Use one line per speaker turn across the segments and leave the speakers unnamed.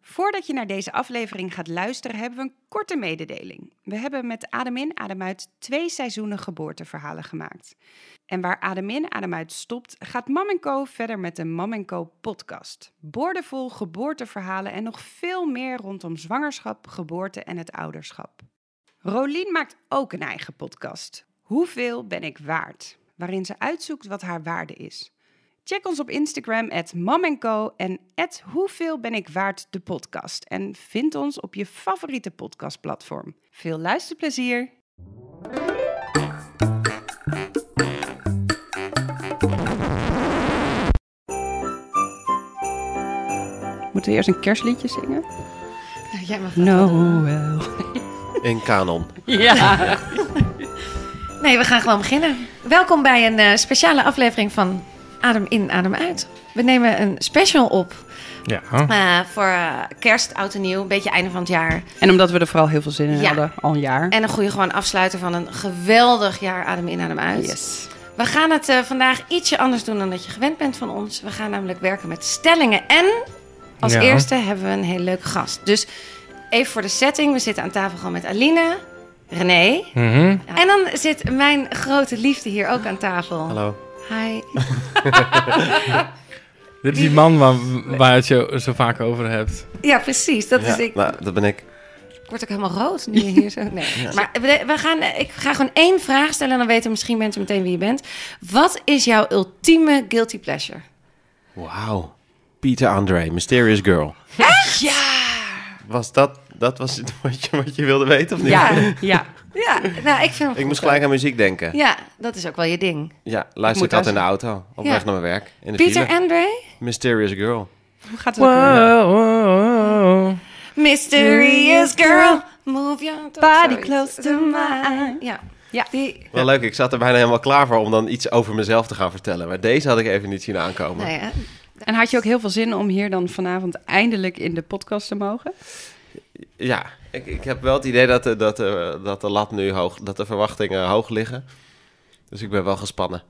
Voordat je naar deze aflevering gaat luisteren, hebben we een korte mededeling. We hebben met Adem in, Adem uit twee seizoenen geboorteverhalen gemaakt. En waar Adem in, Adem uit stopt, gaat Mam en Co verder met de Mam en Co podcast. Boordevol geboorteverhalen en nog veel meer rondom zwangerschap, geboorte en het ouderschap. Rolien maakt ook een eigen podcast. Hoeveel ben ik waard? Waarin ze uitzoekt wat haar waarde is. Check ons op Instagram at mamenco en at hoeveel ben ik waard de podcast. En vind ons op je favoriete podcastplatform. Veel luisterplezier! Moeten we eerst een kerstliedje zingen?
Nou, jij mag
Noel.
In kanon.
Ja.
Nee, we gaan gewoon beginnen. Welkom bij een eh, speciale aflevering van Adem in, Adem uit. We nemen een special op
Ja.
eh, voor eh, kerst, oud en nieuw, een beetje einde van het jaar.
En omdat we er vooral heel veel zin in
Ja.
hadden, al een jaar.
En een goede gewoon afsluiter van een geweldig jaar Adem in, Adem uit.
Yes.
We gaan het eh, vandaag ietsje anders doen dan dat je gewend bent van ons. We gaan namelijk werken met stellingen en als
Ja.
eerste hebben we een hele leuke gast. Dus even voor de setting, we zitten aan tafel gewoon met Aline, René.
Mhm.
En dan zit mijn grote liefde hier ook aan tafel.
Hallo.
Hi.
Dit is die man waar, waar het zo, zo vaak over hebt.
Ja, precies. Dat
Ja,
is Dus ik.
nou, dat ben ik.
Ik word ook helemaal rood nu je hier zo. Nee. Maar we, we gaan, eh, ik ga gewoon één vraag stellen en dan weten misschien mensen meteen wie je bent. Wat is jouw ultieme guilty pleasure?
Wauw. Peter Andre, Mysterious Girl.
Ja.
Was dat, dat was het wat je, wat je wilde weten of niet?
Ja, ja.
Ja. Nou, ik vind. hem
Ik moest
goed,
gelijk aan muziek denken.
hoor. Ja, dat is ook wel je ding.
Ja, luister
moet
ik altijd in de auto. Op
Ja.
weg naar mijn werk. In de
Peter
file.
Andre.
Mysterious Girl.
Hoe gaat het? ook weer?
Wow, wow, wow.
Mysterious girl, move your
Body
Zoiets.
close to mine.
Ja.
Ja.
Die.
Wel leuk, ik zat er bijna helemaal klaar voor om dan iets over mezelf te gaan vertellen. Maar deze had ik even niet zien aankomen.
Nou ja.
En had je ook heel veel zin om hier dan vanavond eindelijk in de podcast te mogen?
Ja, ik, ik heb wel het idee dat de, dat, de, dat de lat nu hoog, dat de verwachtingen hoog liggen. Dus ik ben wel gespannen.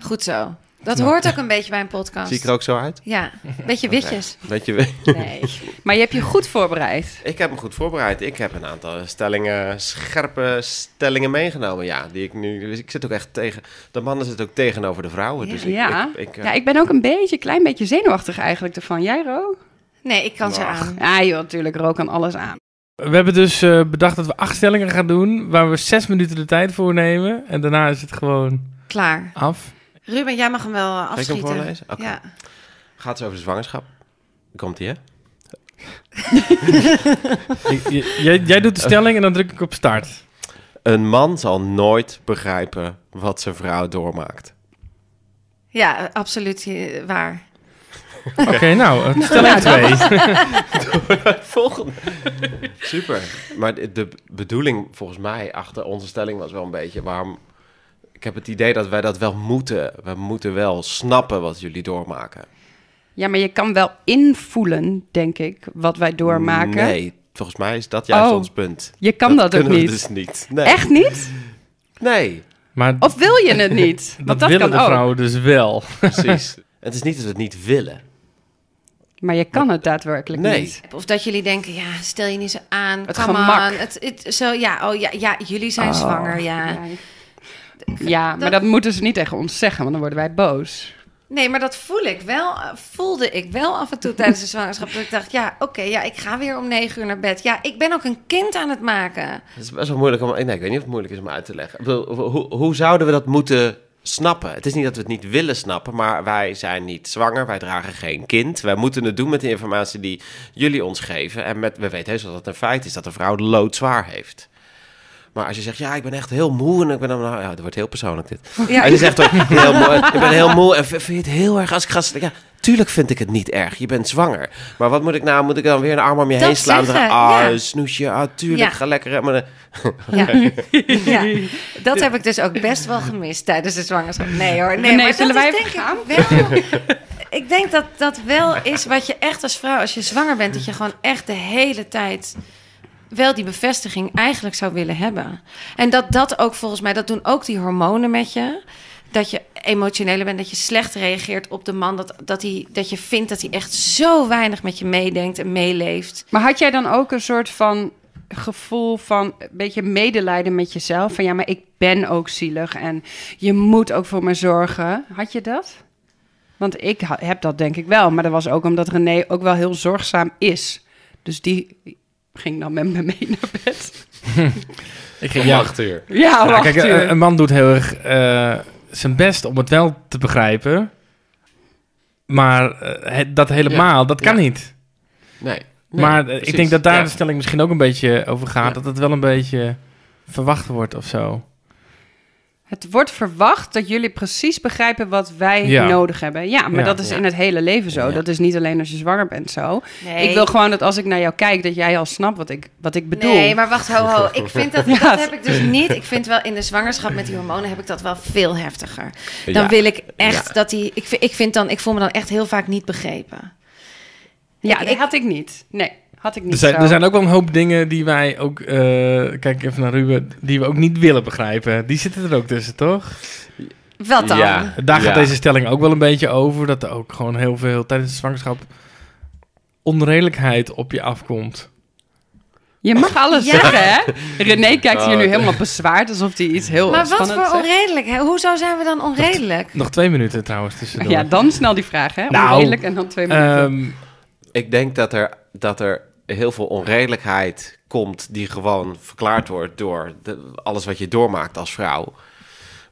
Goed zo. Dat hoort ook een beetje bij een podcast.
Zie ik er ook zo uit?
Ja, beetje witjes.
Weet je,
Nee.
Maar je hebt je goed voorbereid.
Ik heb me goed voorbereid. Ik heb een aantal stellingen, scherpe stellingen meegenomen. Ja, die ik nu. dus Ik zit ook echt tegen. De mannen zitten ook tegenover de vrouwen. dus ik,
Ja.
ik, ik, eh,
ja, ik ben ook een beetje, klein beetje zenuwachtig eigenlijk ervan. Jij, Ro?
Nee, ik kan ze
Ach.
aan.
Ah joh, natuurlijk, Ro kan alles aan.
We hebben dus eh, bedacht dat we acht stellingen gaan doen, waar we zes minuten de tijd voor nemen. En daarna is het gewoon
Klaar.
af.
Ruben, jij mag hem wel eh,
Zal ik
afschieten.
hem voorlezen? Oké.
Ja.
Gaat het over de zwangerschap? Komt ie, hè?
Ik- j- jij, jij doet de stelling en dan druk ik op start.
Een man zal nooit begrijpen wat zijn vrouw doormaakt.
ja, eh, absoluut eh, waar.
Oké, nou, eh, stelling 2.
Volgende. Super. Maar de, de bedoeling volgens mij achter onze stelling was wel een beetje waarom. Ik heb het idee dat wij dat wel moeten. We moeten wel snappen wat jullie doormaken.
Ja, maar je kan wel invoelen, denk ik, wat wij doormaken.
Nee, volgens mij is dat juist
Oh.
ons punt.
Je kan dat, ook
kunnen we
niet.
dus niet. Nee.
Echt niet?
Nee,
Maar
Of wil je het niet? Want
dat,
dat
willen
kan
de
ook.
vrouwen dus wel.
precies. het is niet dat we het niet willen.
Maar je kan het daadwerkelijk
Nee.
niet.
Of dat jullie denken, ja, stel je niet zo aan.
Het
come
gemak.
on. Het, het, zo, ja, oh, ja, ja, jullie zijn
Oh,
zwanger, ja.
Ja, Ja, maar dat moeten ze niet tegen ons zeggen, want dan worden wij boos.
Nee, maar dat voel ik wel, eh, voelde ik wel af en toe tijdens de zwangerschap. Dat ik dacht, ja, oké, ja, ik ga weer om negen uur naar bed. Ja, ik ben ook een kind aan het maken.
Het is best wel moeilijk om... Nee, ik weet niet of het moeilijk is om uit te leggen. Ik bedoel, hoe, hoe zouden we dat moeten snappen? Het is niet dat we het niet willen snappen, maar wij zijn niet zwanger. Wij dragen geen kind. Wij moeten het doen met de informatie die jullie ons geven. En met, we weten heus wel dat het een feit is dat een vrouw loodzwaar heeft. Maar als je zegt, ja, ik ben echt heel moe en ik ben... dan- Nou, ja, het wordt heel persoonlijk dit.
Ja,
En je zegt ook, ik ben heel moe, ik ben heel moe en v- vind je het heel erg als ik ga... sl- Ja, tuurlijk vind ik het niet erg, je bent zwanger. Maar wat moet ik nou, moet ik dan weer een arm om je
Dat
heen slaan? en zeggen,
zeggen,
ah,
ja.
snoesje, ah, tuurlijk,
Ja.
ga lekker. hè." Maar dan-
ja. ja. Dat heb ik dus ook best wel gemist tijdens de zwangerschap. Nee hoor, nee,
Nee,
maar
zullen
dat
wij
is
even
denk ik wel... Ik denk dat dat wel is wat je echt als vrouw, als je zwanger bent... dat je gewoon echt de hele tijd wel die bevestiging eigenlijk zou willen hebben. En dat dat ook volgens mij, dat doen ook die hormonen met je... dat je emotioneler bent, dat je slecht reageert op de man, dat, dat, hij, dat je vindt dat hij echt zo weinig met je meedenkt en meeleeft.
Maar had jij dan ook een soort van gevoel van een beetje medelijden met jezelf? Van ja, maar ik ben ook zielig en je moet ook voor me zorgen. Had je dat? Want ik ha- heb dat denk ik wel. Maar dat was ook omdat René ook wel heel zorgzaam is. Dus die ging dan met me mee naar bed.
Ik
Om
ja,
acht uur.
Ja,
ja,
wacht eh,
kijk, eh,
u.
een, een man doet heel erg eh, zijn best om het wel te begrijpen. Maar eh, het- dat helemaal, dat kan
Ja.
niet.
Nee.
maar eh, ik denk dat daar
Ja.
de stelling misschien ook een beetje over gaat.
Ja.
Dat het wel een beetje verwacht wordt of zo.
Het wordt verwacht dat jullie precies begrijpen wat wij
Ja.
nodig hebben. Ja, maar
Ja.
dat is
Ja.
in het hele leven zo.
Ja.
Dat is niet alleen als je zwanger bent zo. Ik wil gewoon dat als ik naar jou kijk, dat jij al snapt wat ik, wat ik bedoel.
Nee, maar wacht, ho, ho. Ik vind dat,
Ja.
dat heb ik dus niet. Ik vind wel in de zwangerschap met die hormonen heb ik dat wel veel heftiger. Dan wil ik echt
Ja.
dat die. Ik, vind- ik vind dan, ik voel me dan echt heel vaak niet begrepen.
ja,
ik-
dat
ik-
had ik niet. Nee, had ik niet
Er zijn,
zo.
er zijn ook wel een hoop dingen die wij ook... eh, kijk even naar Ruben. Die we ook niet willen begrijpen. Die zitten er ook tussen, toch?
Wat dan?
Ja.
Daar gaat
Ja.
deze stelling ook wel een beetje over. Dat er ook gewoon heel veel tijdens de zwangerschap... onredelijkheid op je afkomt.
Je mag alles
Ja.
zeggen, hè? René kijkt hier nu
Oh.
helemaal bezwaard, alsof hij iets heel
Maar wat
spannends
voor onredelijk? Hè? Hoezo zijn we dan onredelijk?
Nog twee minuten trouwens tussendoor.
zegt. Ja, dan snel die vraag, hè?
Nou,
Onredelijk en dan twee minuten.
Ehm,
Ik denk dat er, dat er heel veel onredelijkheid komt die gewoon verklaard wordt door de- alles wat je doormaakt als vrouw.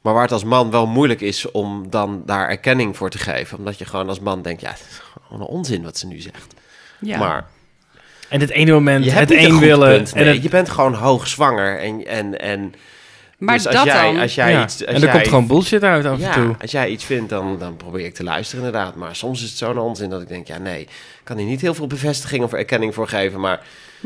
Maar waar het als man wel moeilijk is om dan daar erkenning voor te geven. Omdat je gewoon als man denkt, ja, het is gewoon een onzin wat ze nu zegt.
ja.
Maar
en het ene moment
je
het
hebt niet een
een
goed
willen...
punt,
en
nee.
het,
Je bent gewoon hoogzwanger en... en, en
Maar
dus als
dat
jij,
dan.
Als jij
ja.
iets, als
en er
jij
komt gewoon bullshit uit af en toe.
Ja, als jij iets vindt, dan, dan probeer ik te luisteren inderdaad. Maar soms is het zo'n onzin dat ik denk, ja nee, ik kan hier niet heel veel bevestiging of erkenning voor geven. Maar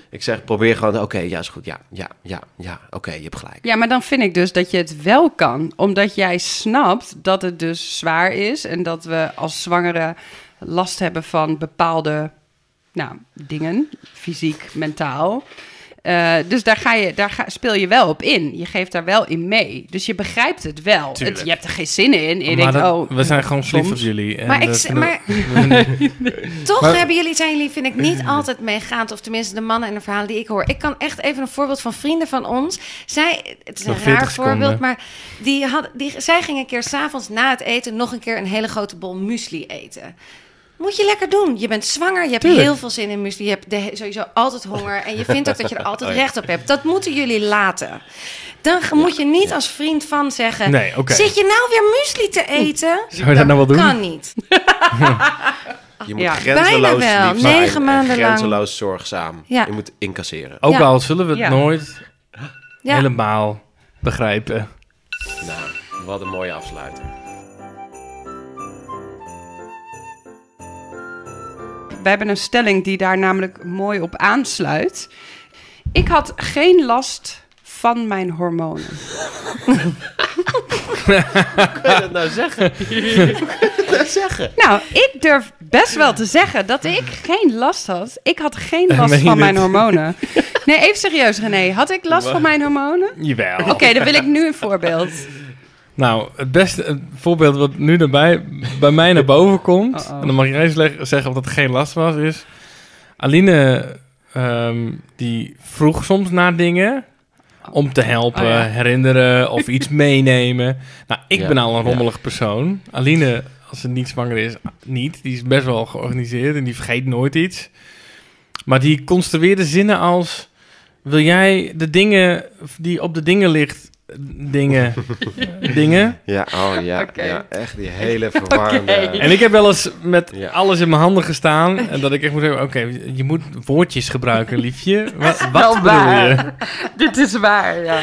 ik zeg, probeer gewoon, oké, ja is goed, ja, ja, ja, ja, oké, je hebt gelijk.
Ja, maar dan vind ik dus dat je het wel kan. Omdat jij snapt dat het dus zwaar is. En dat we als zwangere last hebben van bepaalde nou, dingen. Fysiek, mentaal. Eh, dus daar, ga je, daar ga, speel je wel op in. Je geeft daar wel in mee. Dus je begrijpt het wel.
Tuurlijk.
Het, je hebt er geen zin in. En je
Maar
denkt,
dat-
oh,
we zijn gewoon
soms.
verliefd op jullie. En
Maar, ik,
dat
z-
vinden we-
maar
we-
toch
Maar-
hebben jullie, zijn jullie, vind ik, niet altijd meegaand. Of tenminste de mannen en de verhalen die ik hoor. Ik kan echt even een voorbeeld van vrienden van ons. Zij, het is
Nog
een
40
raar
seconden.
voorbeeld, maar die had, die, zij ging een keer s'avonds na het eten nog een keer een hele grote bol muesli eten. Moet je lekker doen. Je bent zwanger, je hebt
Tuurlijk.
heel veel zin in muesli. Je hebt de, sowieso altijd honger en je vindt ook dat je er altijd
Oh
recht op hebt. Dat moeten jullie laten. Dan ge- moet je niet als vriend van zeggen...
Nee, oké.
Zit je nou weer muesli te eten?
Zou je dat nou wel doen?
Kan niet.
Je moet
Ja,
grenzeloos
bijna wel.
lief zijn
Negen
en
maanden lang.
grenzeloos zorgzaam.
Ja.
Je moet incasseren.
Ook
Ja.
al zullen we het
Ja.
nooit
Ja.
helemaal begrijpen.
Nou, wat een mooie afsluiter.
We hebben een stelling die daar namelijk mooi op aansluit. Ik had geen last van mijn hormonen.
Kun je dat nou zeggen? Kun je dat nou zeggen?
Nou, ik durf best wel te zeggen dat ik geen last had. Ik had geen
Eh,
last
meen je
van mijn
dit?
hormonen. Nee, even serieus, René. Had ik last van mijn hormonen? Oké,
Jawel.
dan wil ik nu een voorbeeld.
Nou, het beste het voorbeeld wat nu daarbij, bij mij naar boven komt...
Uh-oh.
en dan mag jij eens leg- zeggen of dat geen last was, is... Aline, ehm, die vroeg soms naar dingen... Om te helpen,
Oh, ja.
herinneren of iets meenemen. Nou, ik
Ja,
ben al een
ja.
rommelig persoon. Aline, als ze niet zwanger is, niet. Die is best wel georganiseerd en die vergeet nooit iets. Maar die construeerde zinnen als... Wil jij de dingen die op de dingen ligt... Dingen. dingen.
Ja, oh ja,
Oké.
ja echt die hele verwarrende...
Oké.
En ik heb wel eens met
Ja.
alles in mijn handen gestaan. En dat ik echt moet zeggen... Oké, je moet woordjes gebruiken, liefje. Wat, wat
Wel
bedoel je?
waar. Dit is waar, ja.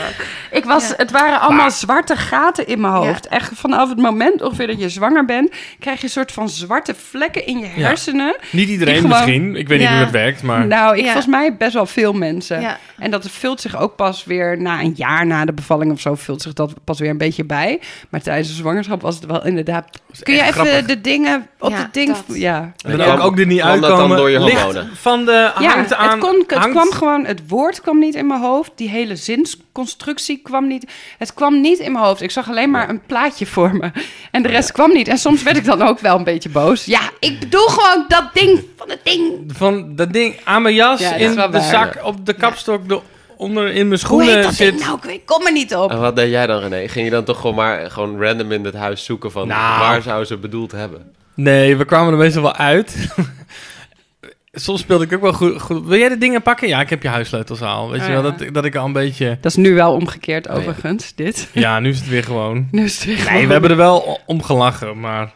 Ik was,
Ja.
Het waren allemaal zwarte gaten in mijn
Ja.
hoofd. Echt vanaf het moment ongeveer dat je zwanger bent... krijg je een soort van zwarte vlekken in je
Ja.
hersenen.
Niet iedereen
Die gewoon-
misschien. Ik weet niet
Ja.
hoe dat werkt, maar...
Nou, ik,
Ja.
volgens mij best wel veel mensen.
Ja.
En dat vult zich ook pas weer na een jaar na de bevalling of of zo vult zich dat pas weer een beetje bij. Maar tijdens de zwangerschap was het wel inderdaad... Kun je
echt
even
grappig.
de dingen op
Ja,
het ding...
dat.
Ja,
En dan
Kwam-
ook, ook er niet
kwam dat dan
uitkomen.
door je
ligt
hormonen?
van de
ja
hangt aan.
het, kon, het
hangt-
kwam gewoon... Het woord kwam niet in mijn hoofd. Die hele zinsconstructie kwam niet... Het kwam niet in mijn hoofd. Ik zag alleen maar een plaatje voor me. En
Oh,
de rest kwam niet. En soms werd ik dan ook wel een beetje boos. Ja, Ah, ik bedoel gewoon dat ding van het ding.
van dat ding aan mijn jas
Ja, dat
in
is wel
de
waar.
zak op de kapstok de onder in mijn
Hoe heet
schoenen
dat
zit.
ding nou? ook weer? Ik kom er niet op.
En wat deed jij dan, René? Ging je dan toch gewoon maar gewoon random in het huis zoeken van
Nou.
waar zou ze bedoeld hebben?
Nee, we kwamen er meestal wel uit. Soms speelde ik ook wel goed, goed. Wil jij de dingen pakken? Ja, ik heb je huissleutels al. Weet
Oh,
je wel,
ja.
dat, dat ik al een beetje...
Dat is nu wel omgekeerd
Oh ja.
overigens, dit. Dus-
Ja, nu is het weer gewoon.
Nu is het weer
Nee,
gewoon-
we hebben er wel o- om gelachen, maar...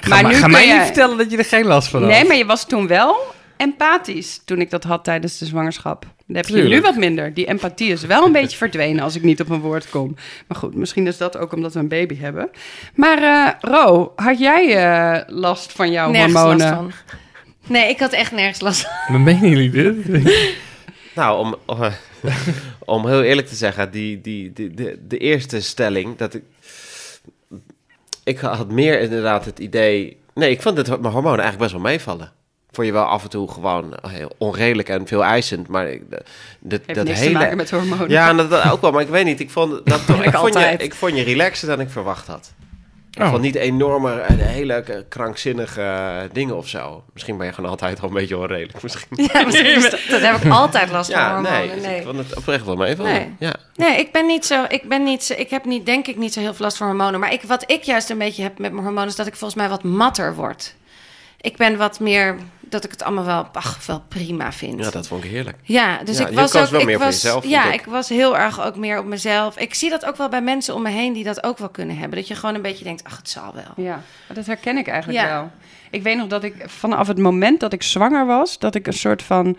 Ga,
Maar
maar,
nu
ga
kun
mij
je-
niet vertellen dat je er geen last van had.
Nee, maar je was toen wel empathisch toen ik dat had tijdens de zwangerschap. Dat heb je
Tuurlijk.
nu wat minder. Die empathie is wel een beetje verdwenen als ik niet op mijn woord kom. Maar goed, misschien is dat ook omdat we een baby hebben. Maar eh, Ro, had jij eh, last van
Oh,
jouw
nergens
hormonen?
last van. Nee, ik had echt nergens last van.
We menen jullie dit?
Nou, om, om, eh, om heel eerlijk te zeggen, die, die, die, de, de eerste stelling dat ik. Ik had meer inderdaad het idee. Nee, ik vond het, mijn hormonen eigenlijk best wel meevallen. Voor je wel af en toe gewoon heel onredelijk en veel eisend. Maar ik- de- de-
Heeft
dat
niks
hele.
te maken met hormonen.
Ja, en dat, dat ook wel, maar ik weet niet. Ik vond, dat toch, ik,
Eigenlijk
vond je,
altijd.
ik vond je relaxer dan ik verwacht had. Ik
Oh.
vond niet enorme, eh, hele k- krankzinnige eh, dingen of zo. Misschien ben je gewoon altijd al een beetje onredelijk. Misschien.
Ja, misschien is dat, dat heb ik altijd last van
Ja, nee,
hormonen.
dus
nee.
Ik vond het oprecht wel mee.
Nee.
Ja.
Nee, ik ben niet zo. Ik ben niet. zo- Ik heb niet, denk ik, niet zo heel veel last van hormonen. Maar ik, wat ik juist een beetje heb met mijn hormonen is dat ik volgens mij wat matter word. Ik ben wat meer dat ik het allemaal wel, ach, wel prima vind.
ja, dat vond ik heerlijk.
Ja, dus
Ja,
ik
je
was
koos
ook,
wel
ik
meer voor
was,
jezelf, vond
Ja,
ik.
ik was heel erg ook meer op mezelf. Ik zie dat ook wel bij mensen om me heen die dat ook wel kunnen hebben. Dat je gewoon een beetje denkt, ach, het zal wel.
Ja, dat herken ik eigenlijk
Ja.
wel. Ik weet nog dat ik vanaf het moment dat ik zwanger was, dat ik een soort van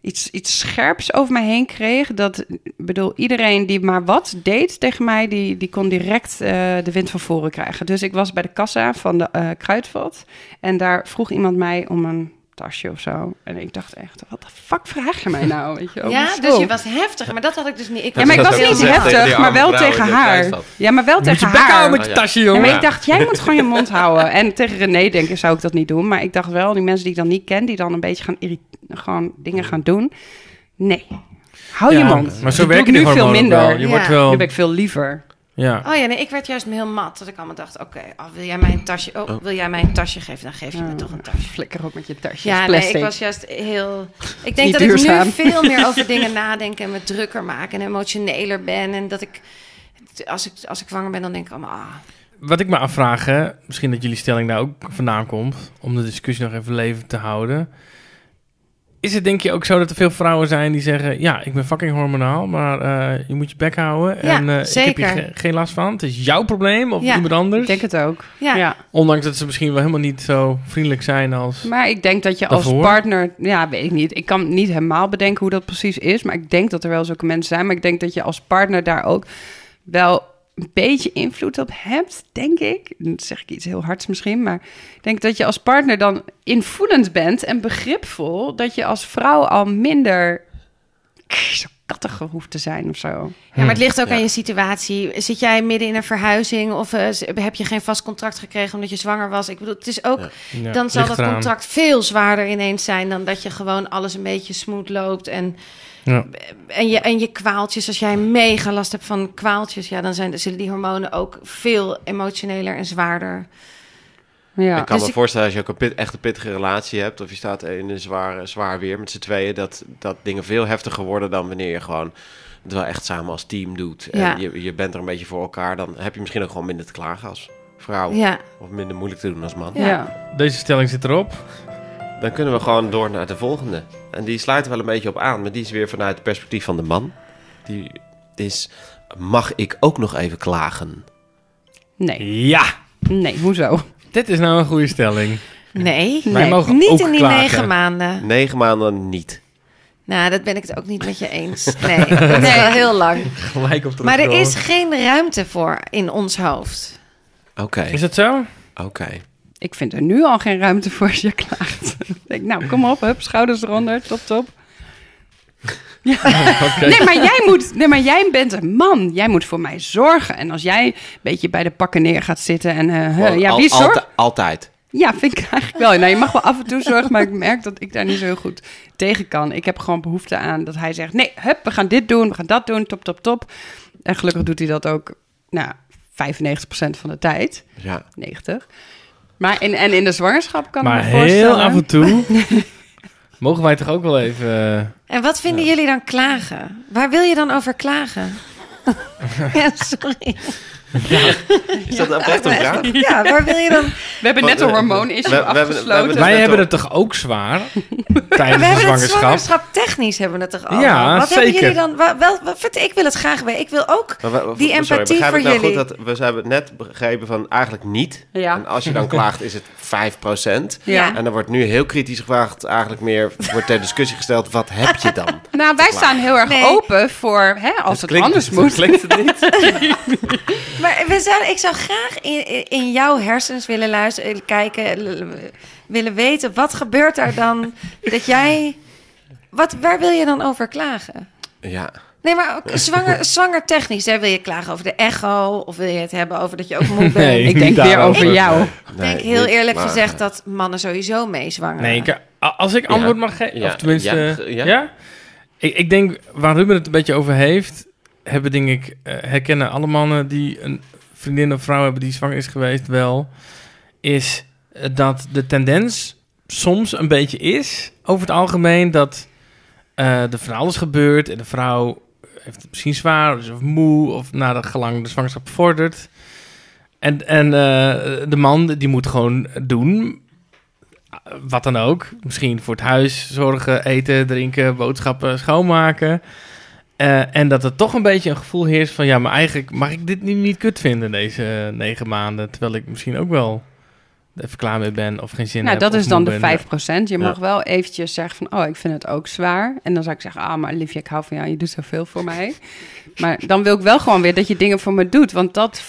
iets, iets scherps over mij heen kreeg. Dat, ik bedoel, iedereen die maar wat deed tegen mij, die, die kon direct eh, de wind van voren krijgen. Dus ik was bij de kassa van de eh Kruidvat en daar vroeg iemand mij om een tasje of zo. En ik dacht echt, wat de fuck vraag je mij nou? Weet je, over
ja,
school?
dus je was heftig, maar dat had ik dus niet. Ik
Ja, maar ik
Dat
was
heb je
niet
gezegd tegen die
heftig,
arme
maar wel
vrouw in
tegen
de
haar.
Kruidvat.
Ja, maar wel
Moet
tegen
je bek
haar.
houden met
Oh,
je
ja.
tasje,
Ja,
jongen.
maar
Ja.
ik dacht, jij moet gewoon je mond houden. En tegen René denken zou ik dat niet doen. Maar ik dacht wel, die mensen die ik dan niet ken, die dan een beetje gaan irri- gewoon dingen gaan doen. Nee, hou oh, je
Ja,
mond.
Maar zo
Dat doe
werken
ik
die
nu veel
hormonen
minder.
wel. Je
Ja.
wordt
Nu
wel...
ben ik veel liever.
Ja.
Oh ja, nee, ik werd juist heel mat. Dat ik allemaal dacht, oké, oh, wil jij mij een tasje, oh, wil jij mij een tasje geven? Dan geef je me
Ja.
toch een tasje.
Flikker ook met je tasjes.
Ja,
Oh. plastic.
nee, ik was juist heel... Ik denk
Niet
dat ik
duurzaam.
nu veel meer over dingen nadenk en me drukker maak en emotioneler ben. En dat ik, als ik, als ik zwanger ben, dan denk ik allemaal, ah,
Wat ik me afvraag, hè, misschien dat jullie stelling daar ook vandaan komt, om de discussie nog even levend te houden. Is het denk je ook zo dat er veel vrouwen zijn die zeggen: Ja, ik ben fucking hormonaal, maar eh, je moet je bek houden.
Ja,
en eh, ik heb
zeker.
hier ge- geen last van. Het is jouw probleem of
Ja.
iemand
Ik
anders.
denk het ook.
ja.
ja.
Ondanks dat ze misschien wel helemaal niet zo vriendelijk zijn als.
Maar ik denk dat je
Dat
als
hoor.
partner, ja, weet ik niet. Ik kan niet helemaal bedenken hoe dat precies is, maar ik denk dat er wel zulke mensen zijn. Maar ik denk dat je als partner daar ook wel een beetje invloed op hebt, denk ik. Dan zeg ik iets heel hards misschien, maar ik denk dat je als partner dan invoelend bent en begripvol, dat je als vrouw al minder zo kattig hoeft te zijn of zo.
Ja, maar het ligt ook
Ja.
aan je situatie. Zit jij midden in een verhuizing of eh, z- heb je geen vast contract gekregen omdat je zwanger was? Ik bedoel, het is ook,
Ja.
Ja,
dan zal
ligt
dat
eh, eraan.
contract veel zwaarder ineens zijn dan dat je gewoon alles een beetje smooth loopt en,
Ja.
en, je, en je kwaaltjes. Als jij mega last hebt van kwaaltjes, ja, dan zijn, zullen die hormonen ook veel emotioneler en zwaarder.
Ja.
ik kan
dus
me
ik-
voorstellen als je ook een pit, echt een pittige relatie hebt... of je staat in een zwaar, zwaar weer met z'n tweeën... Dat, dat dingen veel heftiger worden dan wanneer je gewoon... het wel echt samen als team doet. En
Ja.
je, je bent er een beetje voor elkaar. Dan heb je misschien ook gewoon minder te klagen als vrouw.
Ja,
Of minder moeilijk te doen als man.
ja.
Deze stelling zit erop.
Dan kunnen we gewoon door naar de volgende. En die sluit er wel een beetje op aan, maar die is weer vanuit het perspectief van de man. Die is, mag ik ook nog even klagen?
Nee,
Ja,
nee, hoezo?
dit is nou een goede stelling.
nee.
Wij
Nee,
mogen ook
Niet in die
klagen.
negen maanden.
Negen maanden niet.
Nou, dat ben ik het ook niet met je eens. Nee, dat is wel heel lang.
Gelijk op de
Maar er
rol.
is geen ruimte voor in ons hoofd.
Oké,
Is dat zo?
oké.
Ik vind er nu al geen ruimte voor als je klaagt. Ik denk, nou, kom op, hup, schouders eronder, top, top.
Oh,
Oké.
Nee, maar jij moet. Nee, maar jij bent een man. Jij moet voor mij zorgen. En als jij een beetje bij de pakken neer gaat zitten en eh, huh,
Gewoon
ja,
al-
wie zorgt?
alti- altijd.
Ja, vind ik eigenlijk wel. Nou, je mag wel af en toe zorgen, maar ik merk dat ik daar niet zo heel goed tegen kan. Ik heb gewoon behoefte aan dat hij zegt: nee, hup, we gaan dit doen, we gaan dat doen, top, top, top. En gelukkig doet hij dat ook, nou, 95% van de tijd,
Ja.
90. Maar in, en in de zwangerschap kan ik
Maar
me voorstellen.
heel af en toe mogen wij toch ook wel even... eh,
En wat vinden jullie dan klagen? Waar wil je dan over klagen? ja, sorry.
Is dat oprecht een vraag?
Ja, waar wil je dan...
We hebben net een
Want, eh,
hormoonissue
we- we hebben- we
afgesloten.
hebben-
wij
net
hebben
al-
het toch ook zwaar tijdens
We
de
hebben het
zwangerschap?
zwangerschap technisch hebben we het toch al.
Ja,
wat hebben
zeker.
jullie dan? wa- wel, wat, vert- ik wil het graag weten. Ik wil ook
Maar wa- wa-
die
sorry,
empathie
begrijp
voor
ik nou
jullie.
Goed dat we ze hebben net begrepen van eigenlijk niet.
Ja.
En als je dan klaagt is het 5%.
Ja.
En dan wordt nu heel kritisch gevraagd, eigenlijk meer wordt ter discussie gesteld, wat heb je dan?
Nou, wij staan heel erg
Nee.
open voor hè, als het, anders
het-
moet.
Klinkt het niet?
Maar we zouden, ik zou graag in, in- in jouw hersens willen luisteren, eh, kijken, l- l- willen weten. Wat gebeurt er dan dat jij... Wat, waar wil je dan over klagen?
Ja.
Nee, maar ook zwanger, zwanger technisch. Hè? Wil je klagen over de echo? Of wil je het hebben over dat je ook moe bent?
Nee.
Ik denk
Niet
weer
daarover.
over jou.
Ik
Nee,
denk heel
niet,
eerlijk
maar-
gezegd dat mannen sowieso meezwanger
Nee, ik, a- als ik
Ja.
antwoord mag geven,
Ja.
of tenminste,
Ja.
ja?
Ja.
Ik, ik denk, waar Ruben het een beetje over heeft, hebben denk ik, eh, herkennen alle mannen die een vriendin of vrouw hebben die zwanger is geweest wel, is eh, dat de tendens soms een beetje is, over het algemeen, dat eh er van alles gebeurt en de vrouw heeft het misschien zwaar, is of moe, of na de gelang de zwangerschap vordert. En, en eh, de man, die moet gewoon doen, eh, wat dan ook. Misschien voor het huis zorgen, eten, drinken, boodschappen, schoonmaken. Eh, en dat er toch een beetje een gevoel heerst van... ja, maar eigenlijk mag ik dit nu niet kut vinden deze negen maanden... terwijl ik misschien ook wel even klaar mee ben of geen zin
Nou,
heb.
dat
of
is dan
moe
de 5%.
ben.
Je mag wel eventjes zeggen van, oh, ik vind het ook zwaar. En dan zou ik zeggen, ah, maar liefje, ik hou van jou, je doet zoveel voor mij. Maar dan wil ik wel gewoon weer dat je dingen voor me doet, want dat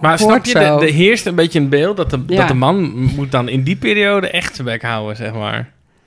Maar
hoort
snap je,
zo.
er er heerst een beetje een beeld... Dat de,
Ja.
dat de man moet dan in die periode echt zijn bek houden, zeg maar.
Ja,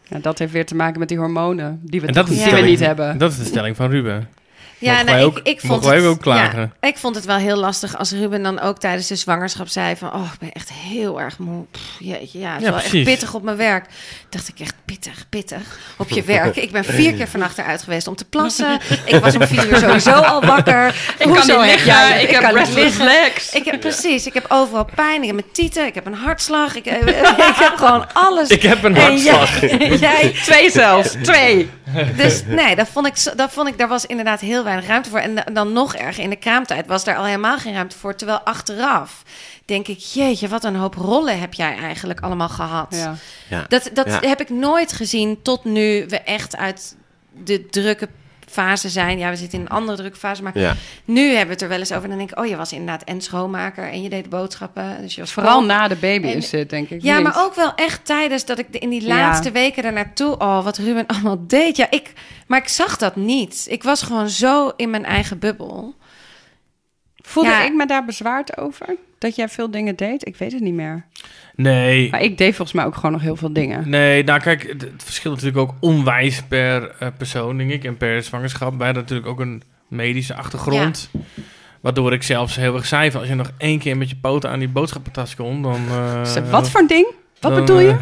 Nou, dat heeft weer te maken met die hormonen die we,
En dat
toch-
is
die we
stelling.
niet hebben.
Dat is de stelling van Ruben.
Ja,
Mogen
nou,
wij
ik,
ook-
ik vond
mogen wij
het-
ook klagen?
ja, ik vond het wel heel lastig als Ruben dan ook tijdens de zwangerschap zei van... oh, ik ben echt heel erg moe. Pff, jeetje, ja, het is
Ja,
wel echt
precies.
pittig op mijn werk. dacht ik echt pittig, pittig op je werk. Ik ben vier keer vannacht eruit geweest om te plassen. Ik was om vier uur sowieso al wakker.
Ik kan
Hoezo
niet
heb
liggen,
jij-
ik, heb
kan niet
restless
liggen.
legs.
Ik heb, precies, ik heb overal pijn. Ik heb mijn tieten, ik heb een hartslag. Ik, eh, ik heb gewoon
Dus-
alles.
Ik heb een
En jij-
hartslag.
jij
Twee zelfs, twee.
dus nee, dat vond ik, zo- dat vond ik, daar was inderdaad heel weinig ruimte voor. En da- dan nog erger, in de kraamtijd was daar al helemaal geen ruimte voor. Terwijl achteraf denk ik, jeetje, wat een hoop rollen heb jij eigenlijk allemaal gehad.
Ja.
Ja.
Dat, dat
Ja.
heb ik nooit gezien tot nu we echt uit de drukke fase zijn. Ja, we zitten in een andere drukke fase, maar
Ja.
nu hebben we het er wel eens over. En dan denk ik, oh, je was inderdaad en schoonmaker en je deed boodschappen. Dus je was
Vooral
kook.
na de baby
En-
is het, denk ik.
Ja,
niet.
maar ook wel echt tijdens dat ik de- in die
Ja.
laatste weken daarnaartoe... Oh, wat Ruben allemaal deed. Ja, ik, maar ik zag dat niet. Ik was gewoon zo in mijn eigen bubbel.
Voelde
Ja.
ik me daar bezwaard over? Dat jij veel dingen deed? Ik weet het niet meer.
Nee,
Maar ik deed volgens mij ook gewoon nog heel veel dingen.
Nee, nou kijk, het, het verschilt natuurlijk ook onwijs per eh, persoon, denk ik, en per zwangerschap. Wij hebben natuurlijk ook een medische achtergrond. Waardoor ik zelfs heel erg zei van, als je nog één keer met je poten aan die boodschappentas kon, dan... eh,
Ze- Dus, Wat voor ding? Wat
dan,
bedoel je?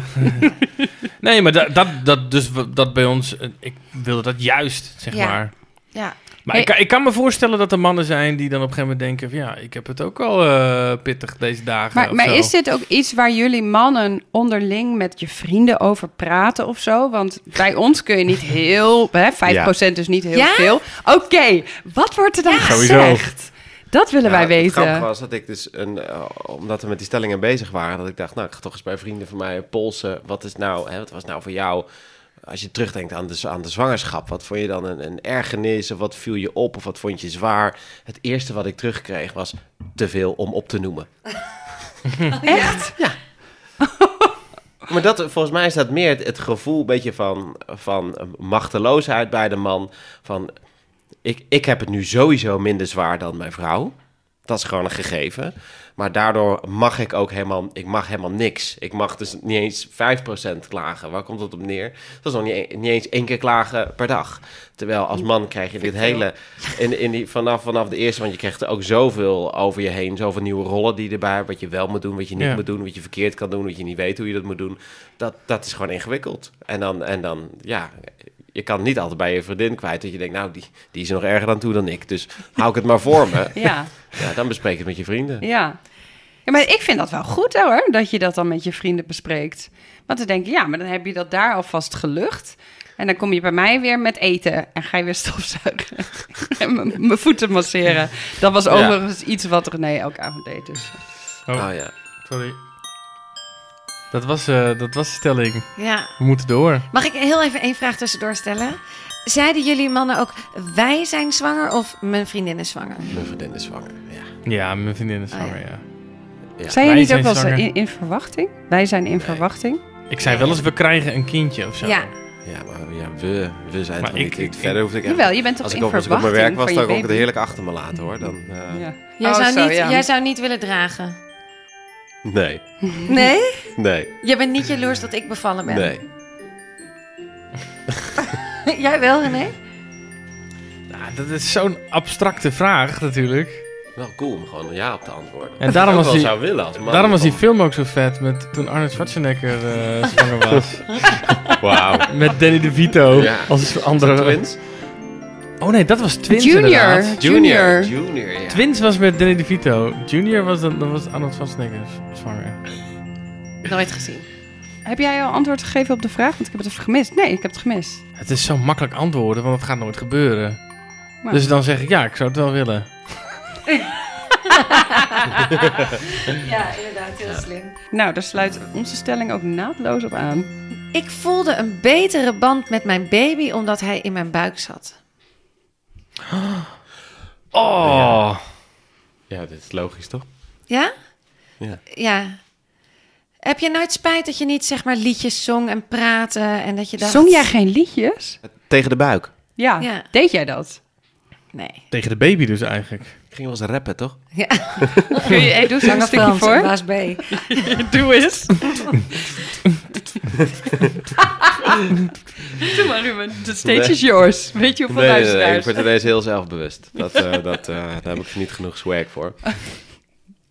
eh, nee, maar dat, dat, dat, dus, we- dat bij ons, eh, ik wilde dat juist, zeg
Ja.
maar.
Ja,
Maar
Hey.
ik, kan- ik kan me voorstellen dat er mannen zijn die dan op een gegeven moment denken van, ja, ik heb het ook al eh, pittig deze dagen.
Maar,
of
maar
zo.
is dit ook iets waar jullie mannen onderling met je vrienden over praten of zo? Want bij ons kun je niet heel, hè, 5% is niet heel
Ja?
veel. Oké, wat wordt er dan
Sowieso.
gezegd? Dat willen wij
Het grappige
weten.
was dat ik dus, een, eh, omdat we met die stellingen bezig waren, dat ik dacht, nou, ik ga toch eens bij vrienden van mij polsen. Wat is nou, hè, wat was nou voor jou, als je terugdenkt aan de, aan de zwangerschap, wat vond je dan een, een ergernis of wat viel je op of wat vond je zwaar? Het eerste wat ik terugkreeg was te veel om op te noemen.
Echt?
Maar dat, volgens mij is dat meer het, het gevoel een beetje van, van eh, machteloosheid bij de man. Van, ik, ik heb het nu sowieso minder zwaar dan mijn vrouw. Dat is gewoon een gegeven. Maar daardoor mag ik ook helemaal, ik mag helemaal niks. Ik mag dus niet eens 5% klagen. Waar komt dat op neer? Dat is nog niet, e- niet eens één keer klagen per dag. Terwijl als man krijg je dit hele, in, in die, vanaf, vanaf de eerste, want je krijgt er ook zoveel over je heen. Zoveel nieuwe rollen die erbij, wat je wel moet doen, wat je niet
Ja.
moet doen, wat je verkeerd kan doen, wat je niet weet hoe je dat moet doen. Dat, dat is gewoon ingewikkeld. En dan, en dan ja, je kan niet altijd bij je vriendin kwijt dat je denkt, nou, die, die is nog erger aan toe dan ik. Dus hou ik het maar voor me.
Ja,
Ja, dan bespreek je het met je vrienden.
ja. Ja, maar ik vind dat wel goed hoor, dat je dat dan met je vrienden bespreekt. Want dan denk je, ja, maar dan heb je dat daar alvast gelucht. En dan kom je bij mij weer met eten en ga je weer stofzuigen en m- mijn voeten masseren. Dat was
Ja.
overigens iets wat René elke avond deed. Dus.
Oh,
Oh ja.
sorry. Dat was, eh, dat was de stelling.
Ja.
We moeten door.
Mag ik heel even één vraag tussendoor stellen? Zeiden jullie mannen ook, wij zijn zwanger of mijn vriendin is zwanger?
Mijn vriendin is zwanger. Ja.
Ja, mijn vriendin is
Oh, ja.
zwanger, ja.
Ja.
Zijn
Wij
jullie niet
zijn
ook wel eens
zwanger.
in, in verwachting? Wij zijn in verwachting.
Ik zei wel eens, we krijgen een kindje of zo.
Ja.
Ja, maar ja, we, we zijn
Maar
toch niet.
ik-
Ik,
ik-
verder hoef ik echt...
Jawel, je bent toch
als
in
ik, op, als ik op
verwachting
mijn werk was,
van je
dan kon ik het
baby?
heerlijk achter me laten, hoor. Dan, eh,
Ja.
Jij,
Oh,
zou,
zo,
niet,
ja.
jij zou niet willen dragen.
Nee,
Nee?
nee,
Je bent niet jaloers dat ik bevallen ben.
nee.
jij wel, René?
Nou, dat is zo'n abstracte vraag natuurlijk.
Wel cool om gewoon een ja op te antwoorden.
En daarom
Ook
was
wel
die-
zou willen als man.
Daarom was die
Van,
film ook zo vet met toen Arnold Schwarzenegger eh, zwanger was.
Wauw.
Met Danny DeVito
Ja.
als andere...
Oh. Twins?
Oh nee, dat was Twins
Junior.
inderdaad.
Junior.
Junior, ja.
Twins was met Danny DeVito. Junior was, dan, dan was Arnold Schwarzenegger z- zwanger.
Nooit gezien.
Heb jij al antwoord gegeven op de vraag? Want ik heb het even gemist. Nee, ik heb het gemist.
Het is zo makkelijk antwoorden, want het gaat nooit gebeuren.
Maar-
Dus dan zeg ik, ja, ik zou het wel willen.
Ja, inderdaad, heel slim.
Nou, daar sluit onze stelling ook naadloos op aan.
Ik voelde een betere band met mijn baby omdat hij in mijn buik zat.
Oh,
Ja, dit is logisch, toch?
Ja?
Ja.
Ja. Heb je nooit spijt dat je niet zeg maar liedjes zong en praten en dat je dacht...
Zong jij geen liedjes?
Tegen de buik.
Ja.
Ja.
Deed jij dat?
Nee.
tegen de baby dus eigenlijk.
Ik ging wel eens rappen, toch?
Ja.
Kun je, hey, doe eens een stukje voor.
Baas B.
Doe eens. doe maar, Ruben. The stage
Nee.
is yours. Weet je hoeveel
ik
luisteraars?
word ineens heel zelfbewust. Dat, eh, dat, eh, daar heb ik niet genoeg swag voor.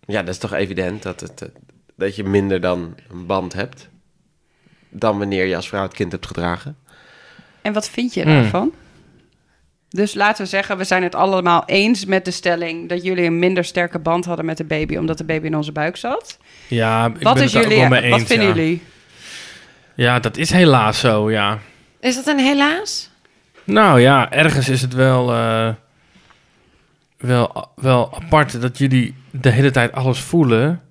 Ja, dat is toch evident dat, het, eh, dat je minder dan een band hebt... dan wanneer je als vrouw het kind hebt gedragen.
En wat vind je
Hmm.
daarvan? Mm. Dus laten we zeggen, we zijn het allemaal eens met de stelling dat jullie een minder sterke band hadden met de baby, omdat de baby in onze buik zat.
Ja, ik
wat
ben
is
het daar
jullie,
ook wel mee eens.
wat vinden
ja.
jullie?
Ja, dat is helaas zo, ja.
Is dat een helaas?
Nou ja, ergens is het wel, eh, wel, wel apart dat jullie de hele tijd alles voelen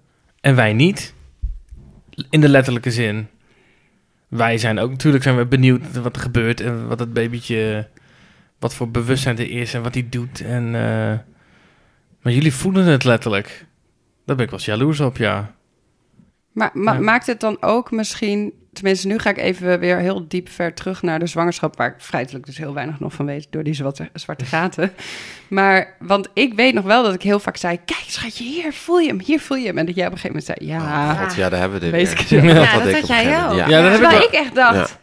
en wij niet. In de letterlijke zin. Wij zijn ook, natuurlijk zijn we benieuwd wat er gebeurt en wat het babytje, wat voor bewustzijn er is en wat hij doet. En, eh, maar jullie voelen het letterlijk. Daar ben ik wel eens jaloers op, ja.
Maar ma-
Ja.
maakt het dan ook misschien... Tenminste, nu ga ik even weer heel diep ver terug naar de zwangerschap... waar ik feitelijk dus heel weinig nog van weet... door die zwarte, zwarte gaten. Maar, want ik weet nog wel dat ik heel vaak zei... kijk schatje, hier voel je hem, hier voel je hem. En dat jij op een gegeven moment
Ah.
zei, ja...
Oh, God, ja, daar hebben we dit
Weet
weer.
ik het
Ja,
wel.
dat
ik
had
op een
jij
gegeven moment.
ook.
Ja, dat heb ik
Terwijl
wel.
ik echt dacht...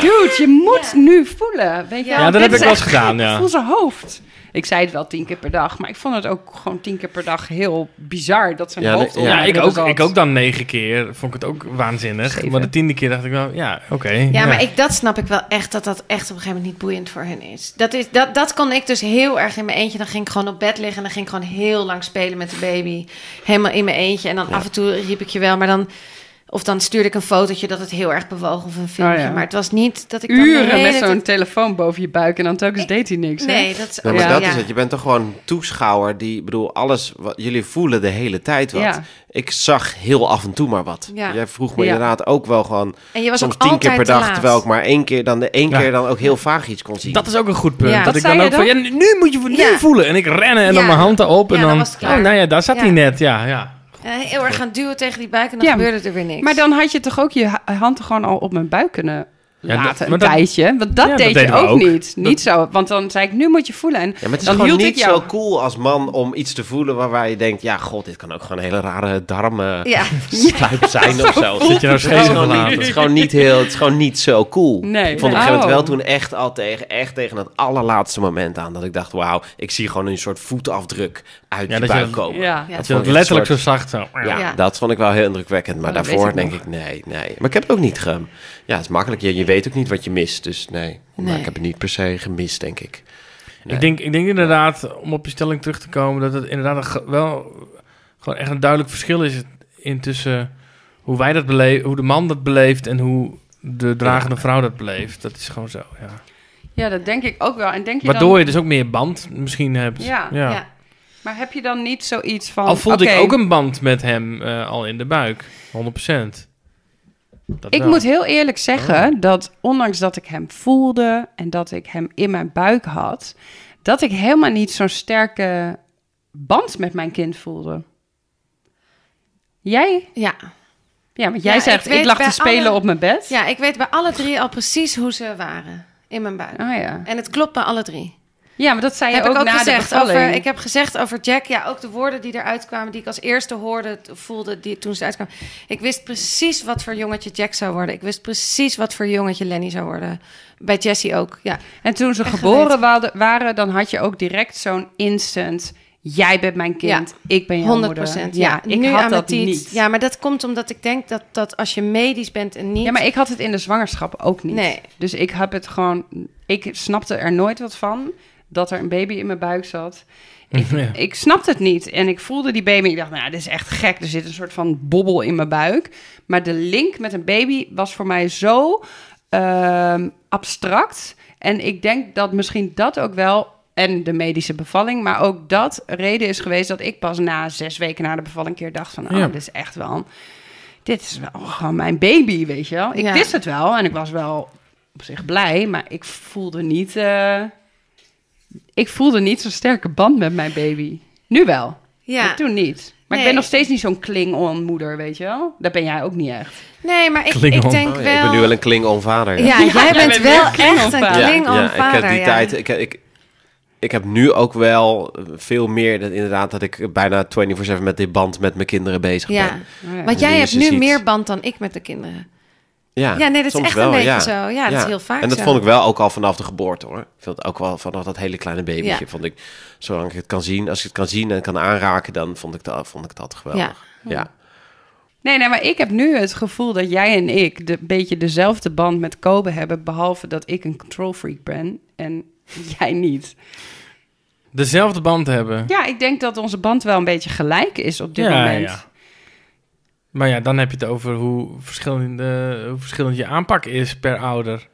dude, je moet nu voelen. Weet je
Ja, dat
Dit
heb
is
ik wel eens
echt
gedaan,
gek
ja.
Voor zijn hoofd. Ik zei het wel tien keer per dag... maar ik vond het ook gewoon tien keer per dag heel bizar... dat zijn
Ja,
hoofd
ja,
onder
Ja,
de
ik,
ribben
ook,
zat.
ik ook dan negen keer vond ik het ook waanzinnig.
Zeven.
Maar de tiende keer dacht ik wel, ja, oké.
Ja, maar ik, dat snap ik wel echt, dat dat echt op een gegeven moment niet boeiend voor hen is. Dat, is dat, dat kon ik dus heel erg in mijn eentje. Dan ging ik gewoon op bed liggen en dan ging ik gewoon heel lang spelen met de baby. Helemaal in mijn eentje. En dan af en toe riep ik je wel, maar dan... Of dan stuurde ik een fotootje dat het heel erg bewoog of een filmpje.
Oh ja.
Maar het was niet dat ik dan de
Uren
hele
met zo'n
tijd-
telefoon boven je buik... en dan telkens
Ik-
deed hij niks, hè?
Nee, dat is...
Ja, maar
Ja.
dat
ja.
is het. Je bent toch gewoon toeschouwer die, ik bedoel, alles wat jullie voelen de hele tijd wat.
Ja.
Ik zag heel af en toe maar wat.
Ja.
Jij vroeg me
Ja.
inderdaad ook wel gewoon
En je was
soms
ook
tien keer
altijd
per
te
dag,
laat.
terwijl ik maar één keer dan de één
Ja.
keer dan ook heel vaag iets kon zien.
Dat is ook een goed punt.
Ja.
Dat,
Wat
ik
zei
dan ook
je
van, ja,
dan?
nu moet je voor- nu
Ja.
voelen. En ik rennen en dan
Ja.
mijn hand erop. En
Ja, dan
dan,
was het klaar.
oh, nou ja, daar zat
Ja.
hij net. Ja, ja.
Ja, heel erg gaan duwen tegen die buik en dan
Ja.
gebeurde er weer niks.
Maar dan had je toch ook je ha- hand gewoon al op mijn buik kunnen
Ja, dat-
laten,
maar
een
dat-
tijdje. Want dat
Ja, dat
deed je
deden we
ook,
ook.
niet. Niet zo, want dan zei ik, nu moet je voelen. En
Ja, maar het is
dan
gewoon
hield
niet
ik jou.
zo cool als man om iets te voelen waarbij je denkt... Ja, god, dit kan ook gewoon een hele rare darmen...
Ja.
Sluip zijn of zo.
Zit je nou
Het is,
scheef
gewoon niet,
laten?
het, is gewoon niet heel, het is gewoon niet zo cool.
Nee.
ik vond op een
Nee.
gegeven moment wel
Oh.
toen echt al tegen, echt tegen het allerlaatste moment aan... dat ik dacht, wauw, ik zie gewoon een soort voetafdruk uit
Ja,
je
dat je
buik
dat-
komen.
Ja.
Ja.
Dat
Dat je
vond
dat
ik
letterlijk
een
zo zacht zo.
Ja,
Ja.
dat vond ik wel heel indrukwekkend. Maar
Oh, dat
daarvoor
weet ik
denk ik, nee, nee. Maar ik heb het ook niet... Ge... Ja, het is makkelijk. Je, je weet ook niet wat je mist. Dus nee. Maar
Nee.
ik heb het niet per se gemist, denk ik. Nee.
Ik, denk, ik denk inderdaad, om op je stelling terug te komen, dat het inderdaad een ge- wel gewoon echt een duidelijk verschil is in tussen hoe wij dat beleven, hoe de man dat beleeft en hoe de dragende vrouw dat beleeft. Dat is gewoon zo, ja.
Ja, dat denk ik ook wel. En denk je
Waardoor
dan,
je dus ook meer band misschien hebt.
Ja,
Ja.
Maar heb je dan niet zoiets van...
Al voelde
oké,
ik ook een band met hem eh, al in de buik, 100%. Dat
Ik
wel.
moet heel eerlijk zeggen dat ondanks dat ik hem voelde en dat ik hem in mijn buik had, dat ik helemaal niet zo'n sterke band met mijn kind voelde. Jij?
Ja.
Ja, want jij
Ja,
zegt, ik,
ik weet
lag te
bij
spelen
alle-
op mijn bed.
ja, ik weet bij alle drie al precies hoe ze waren in mijn buik.
Oh ja.
En het klopt bij alle drie.
Ja, maar dat zei je
heb
ook,
ik ook
na de
gezegd
bevalling.
over. Ik heb gezegd over Jack. Ja, ook de woorden die eruit kwamen, die ik als eerste hoorde, t- voelde die, toen ze uitkwamen. Ik wist precies wat voor jongetje Jack zou worden. Ik wist precies wat voor jongetje Lenny zou worden. Bij Jessie ook. Ja,
En toen ze
Echt
geboren
geweten.
wa- waren, dan had je ook direct zo'n instant... Jij bent mijn kind, ik ben jouw
100
moeder.
procent.
Ja,
Ja,
ik
nu
had dat
aan mijn tiet.
niet.
Ja, maar dat komt omdat ik denk dat, dat als je medisch bent en niet.
Ja, maar ik had het in de zwangerschap ook niet.
Nee.
Dus ik heb het gewoon. Ik snapte er nooit wat van dat er een baby in mijn buik zat. Ik,
Ja.
ik snapte het niet. En ik voelde die baby. en Ik dacht, nou, dit is echt gek. Er zit een soort van bobbel in mijn buik. Maar de link met een baby was voor mij zo ehm, abstract. En ik denk dat misschien dat ook wel. En de medische bevalling. Maar ook dat reden is geweest dat ik pas na zes weken na de bevalling een keer dacht van... Oh,
Ja.
dit is echt wel een dit is wel gewoon mijn baby, weet je wel. Ik
Ja.
wist het wel en ik was wel op zich blij, maar ik voelde niet, eh, ik voelde niet zo'n sterke band met mijn baby. Nu wel,
Ja.
maar toen niet. Maar ik
Nee.
ben nog steeds niet zo'n kling-on-moeder, weet je wel. Dat ben jij ook niet echt.
Nee, maar ik,
Klingon.
ik denk
Oh, ja,
wel.
ik ben nu wel een klingonvader.
Ja, jij bent
bent weer
wel
een
echt een
klingonvader.
klingonvader.
ik heb die
ja.
tijd. Ik, ik, ik heb nu ook wel eh, veel meer dat inderdaad dat ik bijna 24/7 met dit band met mijn kinderen bezig
Ja.
ben.
Oh ja.
Want
Die
jij
is
hebt
dus
nu
iets.
meer band dan ik met de kinderen.
Ja,
Ja, nee, dat is
soms
echt
wel,
een beetje
ja.
zo. Ja, dat is heel vaak
En dat
zo.
vond ik wel ook al vanaf de geboorte hoor. Ik vond het ook wel vanaf dat hele kleine babytje.
Ja.
Vond ik, zolang ik het kan zien, als ik het kan zien en kan aanraken, dan vond ik dat, vond ik dat altijd geweldig. Ja.
Nee, nee, maar ik heb nu het gevoel dat jij en ik de, een beetje dezelfde band met Kobe hebben, behalve dat ik een control freak ben en jij niet.
Dezelfde band hebben.
Ja, ik denk dat onze band wel een beetje gelijk is op dit moment.
Maar ja, dan heb je het over hoe verschillend, eh, hoe verschillend je aanpak is per ouder.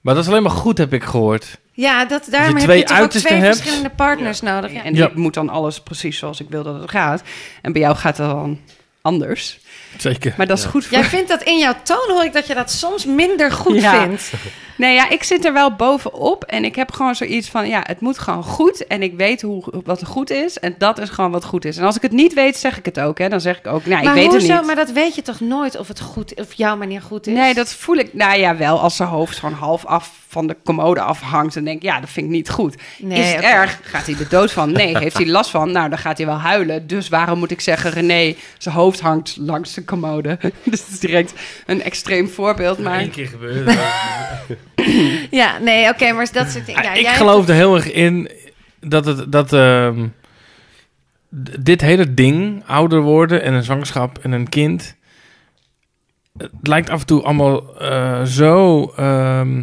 Maar dat is alleen maar goed, heb ik gehoord.
Ja, dat, daarom
je
heb
twee
je toch ook
uitersten
twee
hebt.
verschillende partners nodig. Ja.
En
Ja.
ik moet dan alles precies zoals ik wil dat het gaat. En bij jou gaat het dan anders.
Zeker.
Maar dat is goed voor...
Jij vindt dat in jouw toon, hoor ik dat je dat soms minder goed
Ja.
vindt.
Nee, ja, ik zit er wel bovenop. En ik heb gewoon zoiets van... Ja, het moet gewoon goed. En ik weet hoe, wat goed is. En dat is gewoon wat goed is. En als ik het niet weet, zeg ik het ook. Hè. Dan zeg ik ook... Nou, ik
maar
weet
hoezo?
het niet.
Maar dat weet je toch nooit of het goed of jouw manier goed is?
Nee, dat voel ik. Nou ja, wel als zijn hoofd gewoon half af van de commode afhangt. En denk ik, ja, dat vind ik niet goed.
Nee,
is het
oké.
erg? Gaat hij er dood van? Nee. Heeft hij last van? Nou, dan gaat hij wel huilen. Dus waarom moet ik zeggen, René, zijn hoofd hangt langs de commode? dus het is direct een extreem voorbeeld. Maar
Eén keer gebeurde dat.
Ja, nee, oké, maar dat soort dingen. Ja,
ik
jij-
geloof er heel erg in dat het dat ehm, d- dit hele ding ouder worden en een zwangerschap en een kind het lijkt af en toe allemaal eh, zo ehm,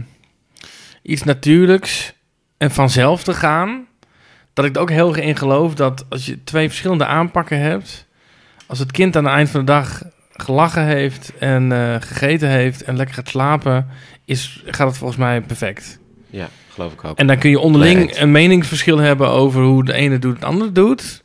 iets natuurlijks en vanzelf te gaan dat ik er ook heel erg in geloof dat als je twee verschillende aanpakken hebt als het kind aan het eind van de dag gelachen heeft en eh, gegeten heeft en lekker gaat slapen is, gaat het volgens mij perfect.
Ja, geloof ik ook.
En dan kun je onderling
Nee, het-
een meningsverschil hebben over hoe de ene doet, het andere doet.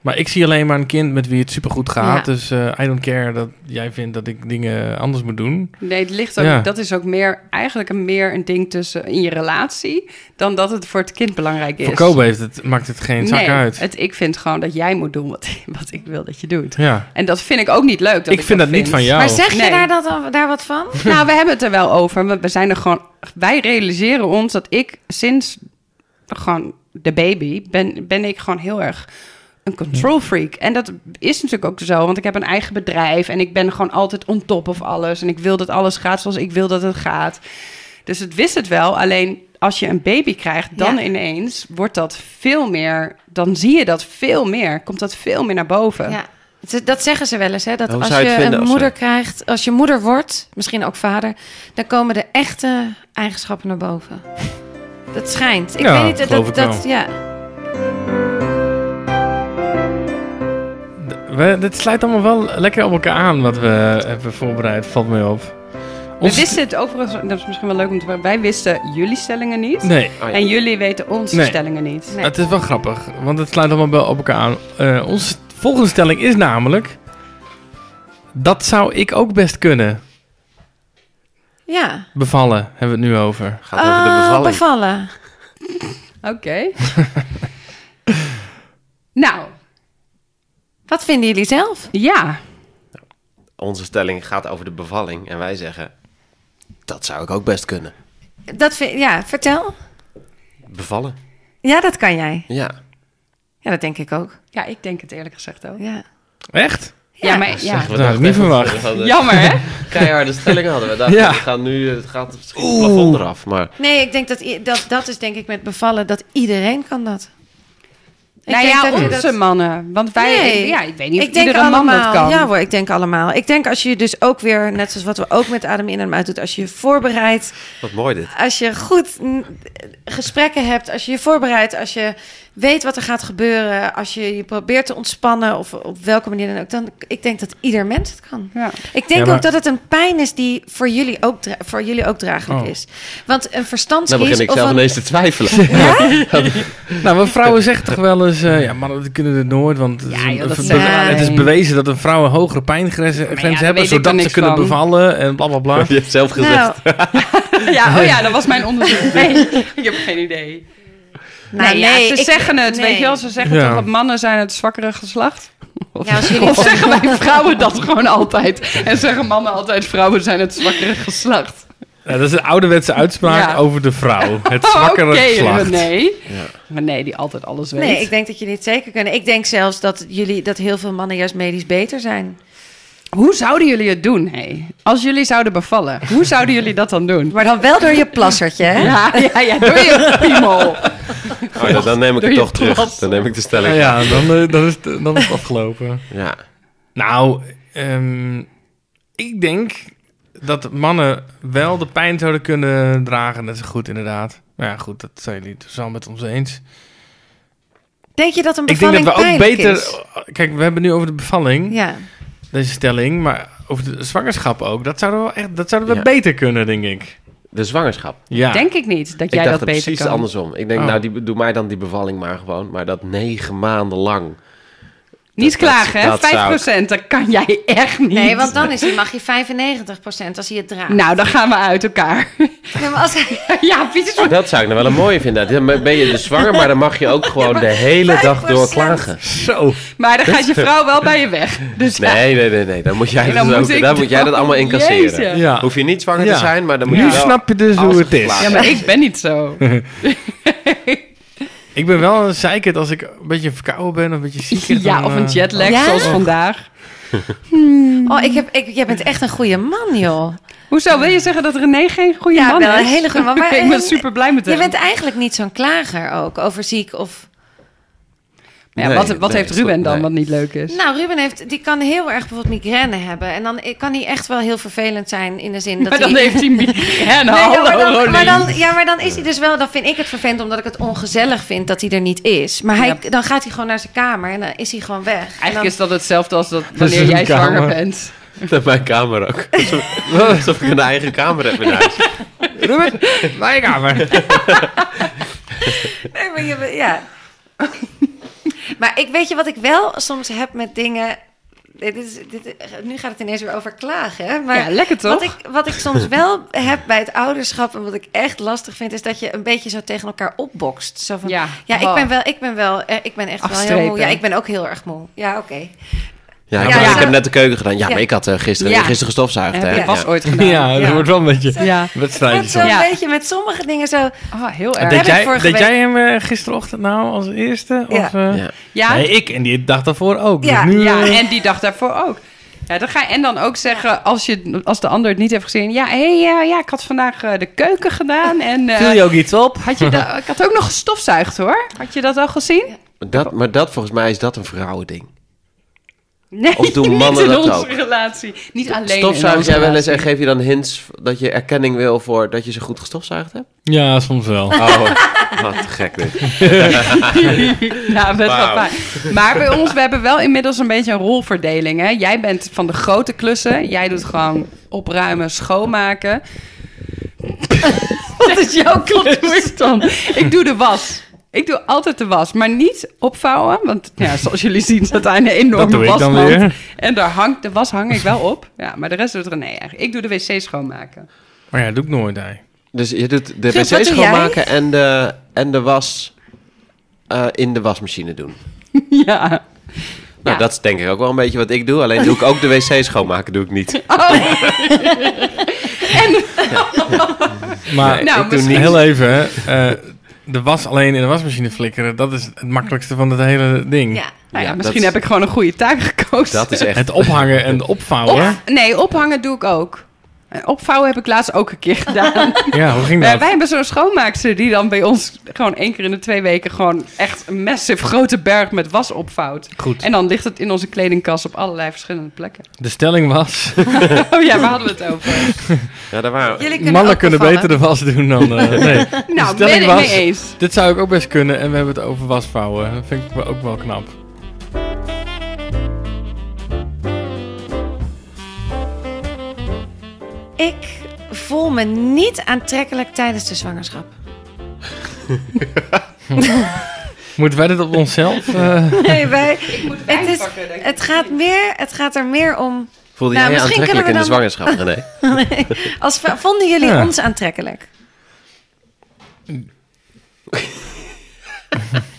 Maar ik zie alleen maar een kind met wie het supergoed gaat.
Ja.
Dus eh, I don't care dat jij vindt dat ik dingen anders moet doen.
Nee, het ligt ook,
Ja.
dat is ook meer, eigenlijk een, meer een ding tussen in je relatie dan dat het voor het kind belangrijk is.
Voor Kobe heeft het, maakt het geen zak
nee,
uit.
Het, ik vind gewoon dat jij moet doen wat, wat ik wil dat je doet.
Ja.
En dat vind ik ook niet leuk. Dat ik,
Ik vind dat niet van jou.
Maar zeg je
Nee.
daar, dat, al- daar wat van?
Nou, we hebben het er wel over. want We zijn er gewoon. Wij realiseren ons dat ik sinds gewoon de baby ben, ben ik gewoon heel erg een control freak. En dat is natuurlijk ook zo, want ik heb een eigen bedrijf en ik ben gewoon altijd on top of alles. En ik wil dat alles gaat zoals ik wil dat het gaat. Dus het wist het wel, alleen als je een baby krijgt, dan
Ja.
ineens wordt dat veel meer. Dan zie je dat veel meer. Komt dat veel meer naar boven.
Ja. Ze- Dat zeggen ze wel eens, hè? Dat
Nou, Hoe
als
zou je het
je
vinden
een
als
moeder
ze-
krijgt, als je moeder wordt, misschien ook vader, dan komen de echte eigenschappen naar boven. Dat schijnt. Ik
Ja,
weet niet,
geloof
dat,
ik
dat, ja.
D- We, dit sluit allemaal wel lekker op elkaar aan wat we hebben voorbereid. Valt mij op.
We
Ons-
wisten het overigens, dat is misschien wel leuk om te Wij wisten jullie stellingen niet.
Nee,
Oh ja.
En jullie weten onze
Nee.
stellingen niet.
Nee.
het is wel grappig. Want het sluit allemaal wel op elkaar aan. Eh, onze volgende stelling is namelijk... Dat zou ik ook best kunnen.
Ja.
Bevallen hebben we het nu over.
Gaat over de
Ah,
bevalling.
bevallen.
Oké. nou,
Wat vinden jullie zelf?
ja.
Onze stelling gaat over de bevalling. En wij zeggen, dat zou ik ook best kunnen.
Dat vind, ja, vertel.
Bevallen.
Ja, dat kan jij.
Ja.
Ja, dat denk ik ook.
Ja, ik denk het eerlijk gezegd ook. Ja,
Ja.
Echt?
maar ja.
Dat had ik Nou, niet verwacht.
Jammer, hè?
Keiharde stelling hadden we. Dachten,
Ja.
we gaan nu, het gaat misschien het plafond eraf. Maar
Nee, ik denk dat, i- dat dat is denk ik met bevallen, dat iedereen kan dat. Ik
nou
denk
ja,
dat je
onze
dat-
mannen. Want wij,
Nee.
ja, ik weet niet
Ik
of
denk
iedere
allemaal,
man dat kan.
Ja hoor, ik denk allemaal. Ik denk als je dus ook weer, net zoals wat we ook met adem in en adem uit doet, als je je voorbereidt,
wat mooi dit.
als je goed mm, gesprekken hebt, als je je voorbereidt, als je weet wat er gaat gebeuren, als je je probeert te ontspannen of op welke manier dan ook, dan ik denk dat ieder mens het kan.
Ja.
Ik denk
Ja, maar-
ook dat het een pijn is die voor jullie ook, dra- voor jullie ook draaglijk
Oh.
is. Want een
Nou
verstandsgeest
begin ik
of
zelf
een-
ineens te twijfelen.
Nou, maar vrouwen zeggen toch wel eens... eh, ja, mannen die kunnen dit nooit, want het,
Ja,
is een-
joh, dat
be-
zeggen ze
het is
alleen.
bewezen dat een vrouwen hogere pijngrenzen
ja,
grenzen
daar
hebben,
weet ik er
zodat ze
niks
kunnen
van.
bevallen en bla bla bla.
Je hebt zelf gezegd.
Nou,
ja, oh ja, dat was mijn onderzoek. Nee, ik heb geen idee. Nou,
nou,
nee, ze
ik-
zeggen het,
nee.
weet je wel. Ze zeggen
Ja.
toch dat mannen zijn het zwakkere geslacht? Of,
Ja, als jullie-
of zeggen wij vrouwen dat gewoon altijd? En zeggen mannen altijd vrouwen zijn het zwakkere geslacht?
Ja, dat is een ouderwetse uitspraak
Ja. Oh,
over de vrouw. Het zwakkere
Oké,
geslacht.
Nee.
Ja.
Maar nee, die altijd alles weet.
Nee, ik denk dat jullie het zeker kunnen. Ik denk zelfs dat, jullie, dat heel veel mannen juist medisch beter zijn.
Hoe zouden jullie het doen, hé? Als jullie zouden bevallen, hoe zouden jullie dat dan doen?
Maar dan wel door je plassertje, hè?
Ja, ja, ja, doe je piemel.
Oh, ja, dan neem ik
Doe
het
je
toch terug.
plas.
Dan neem ik de
Ja,
stelling. Ja.
ja dan, eh, dan, is het, dan is het afgelopen. Nou, ehm, ik denk dat mannen wel de pijn zouden kunnen dragen. Dat is goed, inderdaad. Maar ja, goed, dat zijn jullie dus wel met ons eens.
Denk je dat een
Ik denk
bevalling
dat we ook
pijnlijk
beter...
is?
Kijk, we hebben nu over de bevalling,
Ja.
deze stelling. Maar over de zwangerschap ook. Dat zouden we, wel echt, dat zouden we
Ja.
beter kunnen, denk ik.
De zwangerschap.
Ja.
Denk ik niet dat
Ik
jij
dacht
dat
er
beter
precies
kan.
andersom. Ik denk,
Oh.
nou, die, doe mij dan die bevalling maar gewoon. Maar dat negen maanden lang.
Niet
Dat- dat-
klagen, hè?
dat zou ik-
5 dat kan jij echt niet.
Nee, want dan is hij, mag je 95 als hij het draagt.
Nou, dan gaan we uit elkaar.
Nee, maar als hij...
ja, precies.
Dat zou ik nou wel een mooie vinden. Dan ben je dus zwanger, maar dan mag je ook gewoon de hele dag door
5%.
klagen.
Zo.
Maar dan gaat je vrouw wel bij je weg. Dus ja.
Nee, nee, nee, nee. Dan moet jij,
En dan
dus
moet
ook,
ik
dan moet jij dat
dan-
allemaal incasseren.
Jezus.
Ja.
Hoef je niet zwanger
Ja.
te zijn, maar dan moet
Nu
je wel...
snap je dus
als
hoe
het
het is.
geklaagd
Ja, maar ik ben niet zo.
Ik ben wel een zeikert als ik een beetje verkouden ben of een beetje ziek. eh,
ja, of een jetlag
Ja?
zoals vandaag.
Oh, ik heb, ik, jij bent echt een goede man, joh.
Hoezo? Wil je zeggen dat René geen goede
Ja,
man
wel
is?
een hele goede man, maar-
ik ben super blij met
Je
hem.
bent eigenlijk niet zo'n klager ook, over ziek of...
Ja,
Nee,
wat wat
nee,
heeft
is
Ruben
goed,
dan
nee.
wat niet leuk is?
Nou, Ruben heeft, die kan heel erg bijvoorbeeld migraine hebben. En dan kan hij echt wel heel vervelend zijn in de zin dat
maar dan
hij...
heeft hij migraine.
Nee, ja,
Hallo,
maar dan, maar
Nou, Rolien.
dan, ja, maar dan is hij dus wel... Dan vind ik het vervelend omdat ik het ongezellig vind dat hij er niet is. Maar hij,
Ja.
dan gaat hij gewoon naar zijn kamer en dan is hij gewoon weg. En dan-
Eigenlijk is dat hetzelfde als dat
is
wanneer
een
jij zwanger
kamer.
bent.
Op mijn kamer ook. Alsof- Alsof ik een eigen kamer heb in huis.
Ruben, naar je kamer.
Nee, maar je, ja. Maar ik weet je wat ik wel soms heb met dingen. Dit is, dit, nu gaat het ineens weer over klagen. hè? Maar
ja, lekker toch?
Wat ik, wat ik soms wel heb bij het ouderschap en wat ik echt lastig vind, is dat je een beetje zo tegen elkaar opbokst. Zo van, ja,
ja,
ik ben wel, ik ben wel, eh, ik ben echt wel heel moe.
Afstrepen.
Ja, ik ben ook heel erg moe. Ja, oké.
Ja,
Ja,
maar
ja.
ik heb net de keuken gedaan. Ja,
Ja.
maar ik had eh, gisteren,
Ja.
gisteren gestofzuigd.
Heb
hè.
je was ooit gedaan?
Ja, dat
Ja.
wordt wel een beetje
Ja.
Dat
wedstrijdje
zo een
soms.
Ja.
beetje met sommige dingen zo.
Oh, heel
Ja.
erg.
heb
Deed
ik
jij,
vorige
deed
week-
jij hem eh, gisterochtend nou als eerste?
Ja.
Of, eh,
Ja.
Ja,
Nee, ik en die dag daarvoor ook.
Ja,
dus nu,
ja,
eh,
en die dag daarvoor ook. Ja, dan ga je, en dan ook zeggen, als, je, als de ander het niet heeft gezien... Ja, hey, eh, ja ik had vandaag eh, de keuken gedaan en... eh,
viel je ook iets op?
had je da- ik had ook nog gestofzuigd, hoor. Had je dat al gezien?
Dat, maar dat, volgens mij is dat een vrouwending.
Nee,
Of doen
niet
mannen
in
dat
onze
ook?
relatie. Niet alleen in
Stofzuig
onze
jij wel eens en
relatie.
geef je dan hints dat je erkenning wil voor dat je ze goed gestofzuigd hebt?
Ja, soms wel.
Oh, wat gek dit.
Ja, best wel
Wauw.
fijn. Maar bij ons, we hebben wel inmiddels een beetje een rolverdeling. Hè? Jij bent van de grote klussen. Jij doet gewoon opruimen, schoonmaken. Wat is jouw klus dan? Ik doe de was. Ik doe altijd de was, maar niet opvouwen. Want ja, zoals jullie zien staat daar een
Dat
enorme
doe ik dan
wasmand.
weer.
En daar hangt, de was hang ik wel op. Ja, maar de rest doet René eigenlijk. Ik doe de wc schoonmaken.
Maar ja, dat doe ik nooit. hè.
Dus je doet de
Guus, wat
wc
doe jij?
schoonmaken en de, en de was eh, in de wasmachine doen.
Ja.
Nou,
Ja.
dat is denk ik ook wel een beetje wat ik doe. Alleen doe ik ook de wc schoonmaken, doe ik niet.
Oh.
Maar
Nou,
ik doe
misschien-
niet.
heel even, hè, eh, de was alleen in de wasmachine flikkeren, dat is het makkelijkste van het hele ding.
Ja.
Nou ja,
Ja,
misschien
dat-
heb ik gewoon een goede taak gekozen.
Dat is echt...
Het ophangen en opvouwen.
Op- nee, ophangen doe ik ook. En opvouwen heb ik laatst ook een keer gedaan.
Ja, hoe ging
Wij-
dat?
wij hebben zo'n schoonmaakster die dan bij ons gewoon één keer in de twee weken gewoon echt een massive grote berg met was opvouwt.
Goed.
En dan ligt het in onze kledingkast op allerlei verschillende plekken.
De stelling was,
Oh ja, waar hadden we het over?
Ja, daar waren...
Jullie kunnen
mannen
ook
kunnen
bevallen.
beter de was doen dan... eh, nee.
Nou,
stelling
ben ik
was-
mee eens.
Dit zou ik ook best kunnen en we hebben het over wasvouwen. Dat vind ik wel- ook wel knap.
Ik voel me niet aantrekkelijk tijdens de zwangerschap.
Moeten wij dit op onszelf? eh,
Nee, wij, het, is,
pakken, denk ik.
het, gaat meer, het gaat er meer om.
Voelde
Nou,
jij je
misschien
aantrekkelijk in de
kunnen we
zwangerschap, René?
Als, we- vonden jullie
Ja.
ons aantrekkelijk?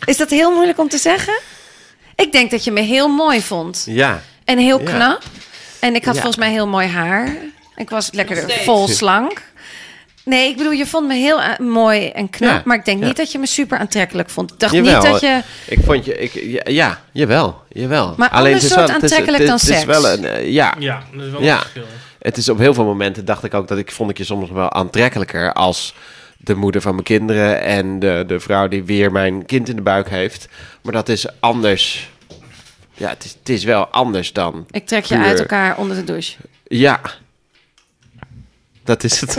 Is dat heel moeilijk om te zeggen? Ik denk dat je me heel mooi vond.
Ja.
En heel
Ja.
knap. En ik had
Ja.
volgens mij heel mooi haar. Ik was
Nog
lekker
steeds.
vol slank. Nee, ik bedoel, je vond me heel eh, mooi en knap.
Ja.
Maar ik denk
Ja.
niet dat je me super aantrekkelijk vond. Ik dacht
Jawel.
niet dat je...
Ik vond je... Ik, ja, ja, jawel. Jawel.
Maar ander soort aantrekkelijk dan
Het is
seks.
wel een... eh, ja.
ja, dat is wel
een Ja. verschil. Het is op heel veel momenten dacht ik ook dat ik vond ik je soms wel aantrekkelijker als de moeder van mijn kinderen en de, de vrouw die weer mijn kind in de buik heeft. Maar dat is anders. Ja, het is, het is wel anders dan.
Ik trek je
Puur.
uit elkaar onder de douche.
Ja. Dat is het.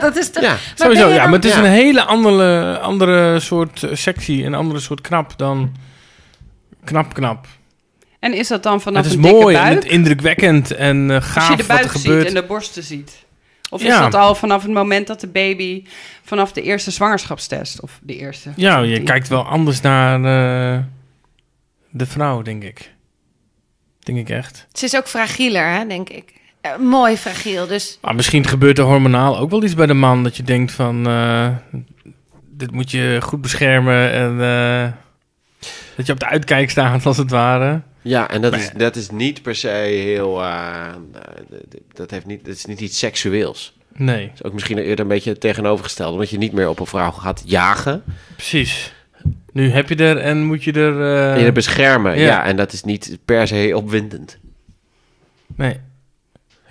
dat is toch...
Ja.
ben
Sowieso,
je
ja,
dan-
maar het is
Ja.
een hele andere, andere soort eh, sexy, een andere soort knap dan knap-knap.
En is dat dan vanaf
Het is
een dikke
mooi en
buik?
het indrukwekkend en eh,
als je de
gaaf wat er
buik ziet
gebeurt.
en de borsten ziet? Of is
Ja.
dat al vanaf het moment dat de baby vanaf de eerste zwangerschapstest of de eerste?
Ja, je
Die-
kijkt wel anders naar eh, de vrouw, denk ik. Denk ik echt.
Ze is ook fragieler, hè, denk ik. Eh, mooi fragiel, dus...
Maar misschien gebeurt er hormonaal ook wel iets bij de man dat je denkt van... eh, dit moet je goed beschermen en eh, dat je op de uitkijk staat als het ware.
Ja, en dat is,
Maar-
dat is niet per se heel. eh, eh, dat, heeft niet, dat is niet iets seksueels.
Nee,
Het is ook misschien eerder een beetje tegenovergesteld. Omdat je niet meer op een vrouw gaat jagen.
precies. Nu heb je er en moet je er... eh,
en je beschermen.
ja.
ja, en dat is niet per se opwindend.
Nee.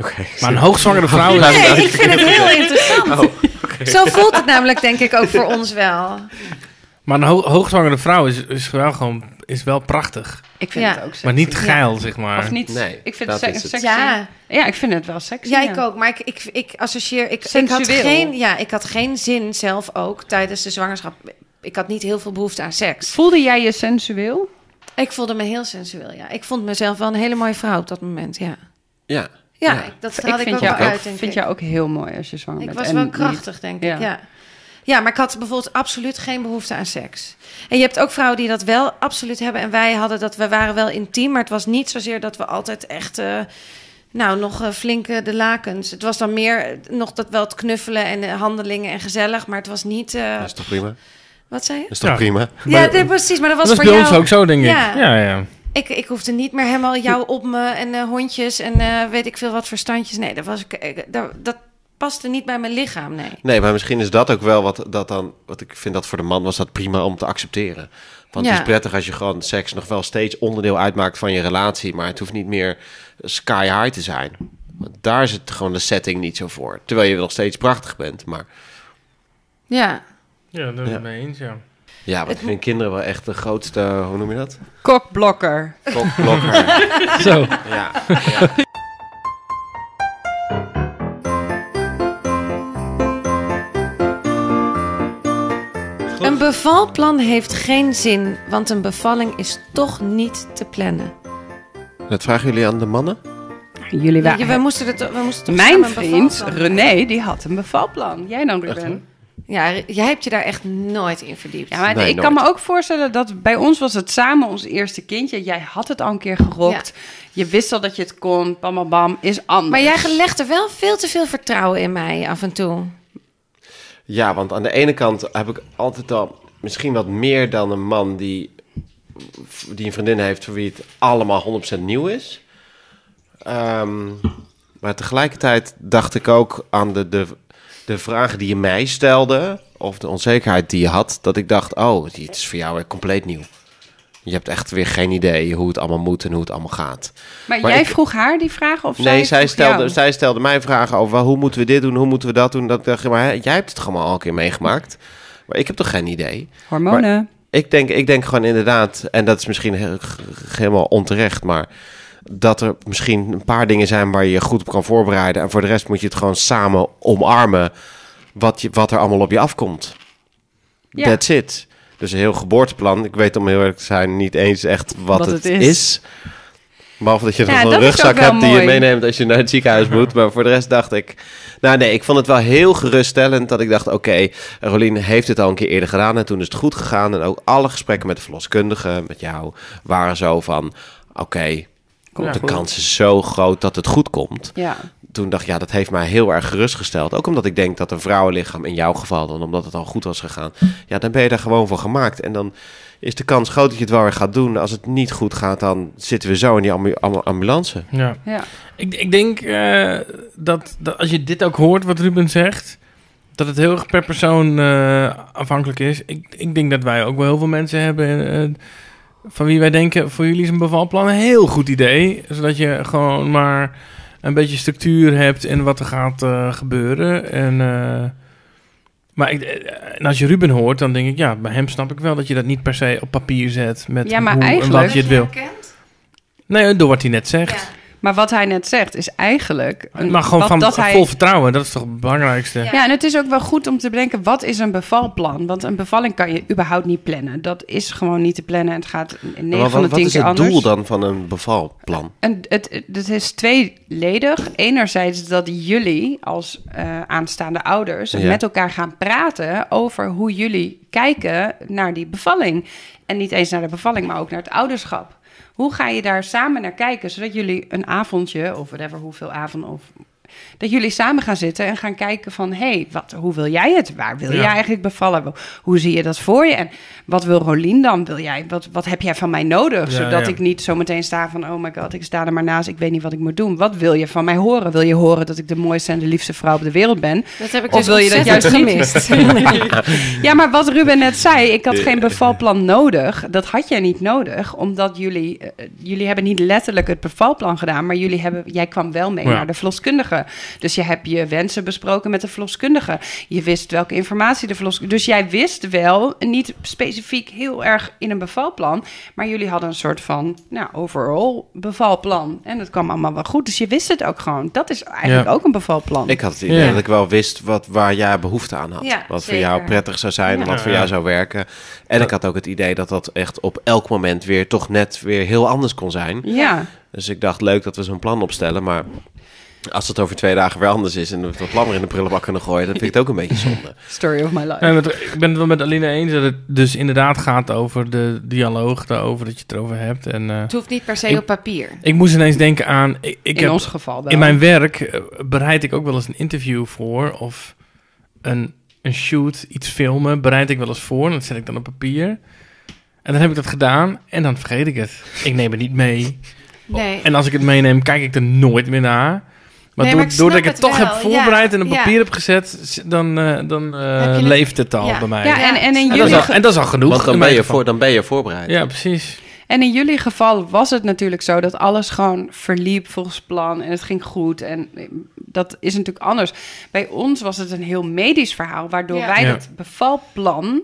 Oké.
Maar een hoogzwangere vrouw...
Ja.
Nee, ik vind het heel interessant.
Oh,
Zo voelt het namelijk, denk ik, ook voor ons wel.
Maar een ho- hoogzwangere vrouw is, is, wel, gewoon, is wel prachtig.
Ik vind
Ja.
het ook sexy.
Maar niet geil, zeg maar.
Of niet?
Nee,
ik vind
dat
het se-
is het.
sexy.
Ja.
Ja, ik vind het wel sexy.
Ja, ik ook. Maar ik, ik, ik associeer... Ik, ik, had
Sensueel.
geen, ja, ik had geen zin zelf ook tijdens de zwangerschap. Ik had niet heel veel behoefte aan seks.
Voelde jij je sensueel?
Ik voelde me heel sensueel, ja. Ik vond mezelf wel een hele mooie vrouw op dat moment, ja.
ja.
Ja,
Ja.
ik- dat straalde ik,
vind
ook
jou
wel
ook,
uit, denk
vind
ik.
jou ook heel mooi als je zwanger
Ik
bent.
was
Oh, en
wel
niet-
krachtig, denk ik,
Ja.
ja. ja. Ja, maar ik had bijvoorbeeld absoluut geen behoefte aan seks. En je hebt ook vrouwen die dat wel absoluut hebben. En wij hadden dat, we waren wel intiem, maar het was niet zozeer dat we altijd echt... eh, nou, nog eh, flink eh, de lakens. Het was dan meer eh, nog dat wel het knuffelen en eh, handelingen en gezellig. Maar het was niet... eh,
Dat is toch prima?
wat zei je?
Dat is toch
Ja.
prima?
Ja, dit- precies. Maar dat was,
dat is
voor
bij
jou...
ons ook zo, denk
Ja.
ik. Ja, ja.
Ik, ik hoefde niet meer helemaal jou op me en eh, hondjes en eh, weet ik veel wat verstandjes. Nee, dat, was ik, ik- dat, dat paste niet bij mijn lichaam, nee.
Nee, maar misschien is dat ook wel wat dat dan. Wat ik vind dat voor de man was dat prima om te accepteren. Want
Ja.
het is prettig als je gewoon seks nog wel steeds onderdeel uitmaakt van je relatie. Maar het hoeft niet meer sky high te zijn. Want daar is het gewoon de setting niet zo voor. Terwijl je nog steeds prachtig bent. Maar
Ja.
Ja, daar
ik Ja.
ben ik eens, ja.
ja, want ik vind kinderen wel echt de grootste. Hoe noem je dat?
Kokblokker.
Kokblokker.
Zo,
ja.
Een bevalplan heeft geen zin, want een bevalling is toch niet te plannen.
Dat vragen jullie aan de mannen?
Jullie
Ja,
waren...
we moesten er toch- we moesten toch
Mijn
samen een
vriend
bevalplan-
René, die had een bevalplan. Jij dan,
Echt waar?
Ruben?
Ja, jij hebt je daar echt nooit in verdiept.
Ja, maar
Nee,
ik
nooit.
kan me ook voorstellen dat bij ons was het samen ons eerste kindje. Jij had het al een keer gerokt. Je wist al dat je het kon. Bam, bam, bam. Is anders.
Maar jij legt er wel veel te veel vertrouwen in mij af en toe.
Ja, want aan de ene kant heb ik altijd al misschien wat meer dan een man die, die een vriendin heeft voor wie het allemaal 100% nieuw is. Ehm, maar tegelijkertijd dacht ik ook aan de, de, de vragen die je mij stelde, of de onzekerheid die je had, dat ik dacht: oh, dit is voor jou weer compleet nieuw. Je hebt echt weer geen idee hoe het allemaal moet en hoe het allemaal gaat.
Maar
Maar
jij
ik-
vroeg haar die vraag? Of
Nee, zij
vroeg
stelde,
jou?
zij stelde mij vragen over wel, hoe moeten we dit doen, hoe moeten we dat doen. Dat ik dacht, maar hè, jij hebt het toch allemaal al een keer meegemaakt. Maar ik heb toch geen idee.
Hormonen.
Ik denk, ik denk gewoon inderdaad, en dat is misschien he- g- g- helemaal onterecht, maar dat er misschien een paar dingen zijn waar je je goed op kan voorbereiden. En voor de rest moet je het gewoon samen omarmen wat, je, wat er allemaal op je afkomt.
Ja.
That's it. Dus een heel geboorteplan. Ik weet om heel eerlijk te zijn niet eens echt wat,
Wat
het,
het
is.
is.
Behalve dat je
Ja,
nog wel een
dat is ook
rugzak
wel
hebt die je
mooi.
meeneemt als je naar het ziekenhuis moet. Maar voor de rest dacht ik... Nou nee, ik vond het wel heel geruststellend dat ik dacht... Oké, Rolien heeft het al een keer eerder gedaan en toen is het goed gegaan. En ook alle gesprekken met de verloskundige, met jou, waren zo van... Oké,
Komt
de
goed.
kans is zo groot dat het goed komt.
Ja.
Toen dacht ik, ja, dat heeft mij heel erg gerustgesteld. Ook omdat ik denk dat een vrouwenlichaam in jouw geval, dan omdat het al goed was gegaan... Ja, dan ben je daar gewoon voor gemaakt. En dan is de kans groot dat je het wel weer gaat doen. Als het niet goed gaat, dan zitten we zo in die ambu- am- ambulance.
ja.
ja.
Ik, ik denk eh, dat, dat als je dit ook hoort, wat Ruben zegt, dat het heel erg per persoon eh, afhankelijk is. Ik, ik denk dat wij ook wel heel veel mensen hebben eh, van wie wij denken, voor jullie is een bevalplan een heel goed idee. Zodat je gewoon maar een beetje structuur hebt in wat er gaat eh, gebeuren. En, eh, maar ik, eh, en als je Ruben hoort, dan denk ik, ja, bij hem snap ik wel dat je dat niet per se op papier zet met
Ja, maar
hoe en
eigenlijk-
wat je het wil. Nee, eh, door wat hij net zegt.
Maar wat hij net zegt is eigenlijk... een-
Maar gewoon
wat
van
dat hij-
vol vertrouwen, dat is toch het belangrijkste?
Ja, en het is ook wel goed om te bedenken, wat is een bevalplan? Want een bevalling kan je überhaupt niet plannen. Dat is gewoon niet te plannen. Het gaat in 9
Maar
van de
wat,
10
wat
keer
is het
anders.
doel dan van een bevalplan?
En het, het is tweeledig. Enerzijds dat jullie als eh, aanstaande ouders
Ja.
met elkaar gaan praten over hoe jullie kijken naar die bevalling. En niet eens naar de bevalling, maar ook naar het ouderschap. Hoe ga je daar samen naar kijken, zodat jullie een avondje of whatever, hoeveel avond of... Dat jullie samen gaan zitten en gaan kijken van... hé, hey, wat- hoe wil jij het? Waar wil
Ja.
jij eigenlijk bevallen? Hoe zie je dat voor je? En wat wil Rolien dan? Wil jij, wat, wat heb jij van mij nodig?
Ja,
zodat
ja.
ik niet zometeen sta van... oh my god, ik sta er maar naast, ik weet niet wat ik moet doen. Wat wil je van mij horen? Wil je horen dat ik de mooiste en de liefste vrouw op de wereld ben?
Dat heb ik
Of
dus
wil je dat
ontzettend gemist.
Ja, maar wat Ruben net zei, ik had geen bevalplan nodig. Dat had jij niet nodig, omdat jullie... eh, jullie hebben niet letterlijk het bevalplan gedaan... maar jullie hebben, jij kwam wel mee
Ja.
naar de verloskundige. Dus je hebt je wensen besproken met de verloskundige. Je wist welke informatie de verloskundige... Dus jij wist wel, niet specifiek heel erg in een bevalplan... maar jullie hadden een soort van, nou, overall bevalplan. En het kwam allemaal wel goed, dus je wist het ook gewoon. Dat is eigenlijk
Ja.
ook een bevalplan.
Ik had het idee
Ja.
dat ik wel wist wat, waar jij behoefte aan had.
Ja,
wat voor
zeker.
jou prettig zou zijn,
Ja.
wat voor
Ja.
jou zou werken. En ik had ook het idee dat dat echt op elk moment weer toch net weer heel anders kon zijn.
ja.
Dus ik dacht, leuk dat we zo'n plan opstellen, maar Als het over twee dagen weer anders is en we het lammer in de prullenbak kunnen gooien, dan vind ik het ook een beetje zonde.
Story of my life.
Nee, want ik ben het wel met Aline eens dat het dus inderdaad gaat over de dialoog daarover dat je het erover hebt. En, eh,
Het hoeft niet per se
Ik-
op papier.
ik moest ineens denken aan. Ik, ik
in
heb,
ons geval wel.
in mijn werk eh, bereid ik ook wel eens een interview voor of een, een shoot, iets filmen, bereid ik wel eens voor. En dat zet ik dan op papier. En dan heb ik dat gedaan en dan vergeet ik het. Ik neem het niet mee.
Nee.
En als ik het meeneem, kijk ik er nooit meer naar. Maar,
Nee,
door-
maar ik
doordat
snap
ik het,
het
toch
wel,
heb voorbereid
ja,
en op
ja.
papier heb gezet, s- dan, eh, dan eh,
Heb je het-
leeft het al
ja.
bij mij.
ja, en, en, in
en,
jullie
dat is
jullie
al, en dat is al genoeg.
Want dan ben,
in mijn
je
geval.
voor, dan ben je voorbereid.
Ja, precies.
En in jullie geval was het natuurlijk zo dat alles gewoon verliep volgens plan en het ging goed. En eh, dat is natuurlijk anders. Bij ons was het een heel medisch verhaal, waardoor
Ja.
wij
Ja.
dat bevalplan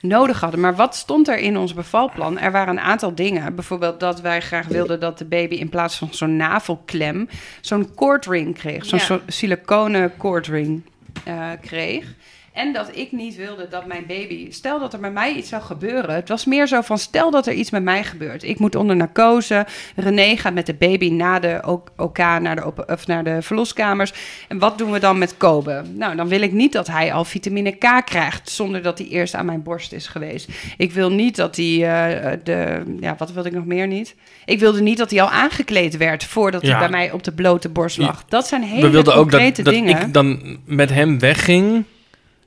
nodig hadden. Maar wat stond er in ons bevalplan? Er waren een aantal dingen. Bijvoorbeeld dat wij graag wilden dat de baby in plaats van zo'n navelklem zo'n cordring kreeg. Zo'n
Ja.
zo- siliconen cordring eh, kreeg. En dat ik niet wilde dat mijn baby. Stel dat er met mij iets zou gebeuren. Het was meer zo van: stel dat er iets met mij gebeurt. Ik moet onder narcose. René gaat met de baby naar de O- OK, naar de, op- of naar de verloskamers. En wat doen we dan met Kobe? Nou, dan wil ik niet dat hij al vitamine K krijgt. zonder dat hij eerst aan mijn borst is geweest. Ik wil niet dat hij. eh, eh, de, ja, wat wilde ik nog meer niet? Ik wilde niet dat hij al aangekleed werd. voordat
Ja.
hij bij mij op de blote borst lag. Dat zijn hele
We wilden ook dat,
concrete
dat
dingen.
ik dan met hem wegging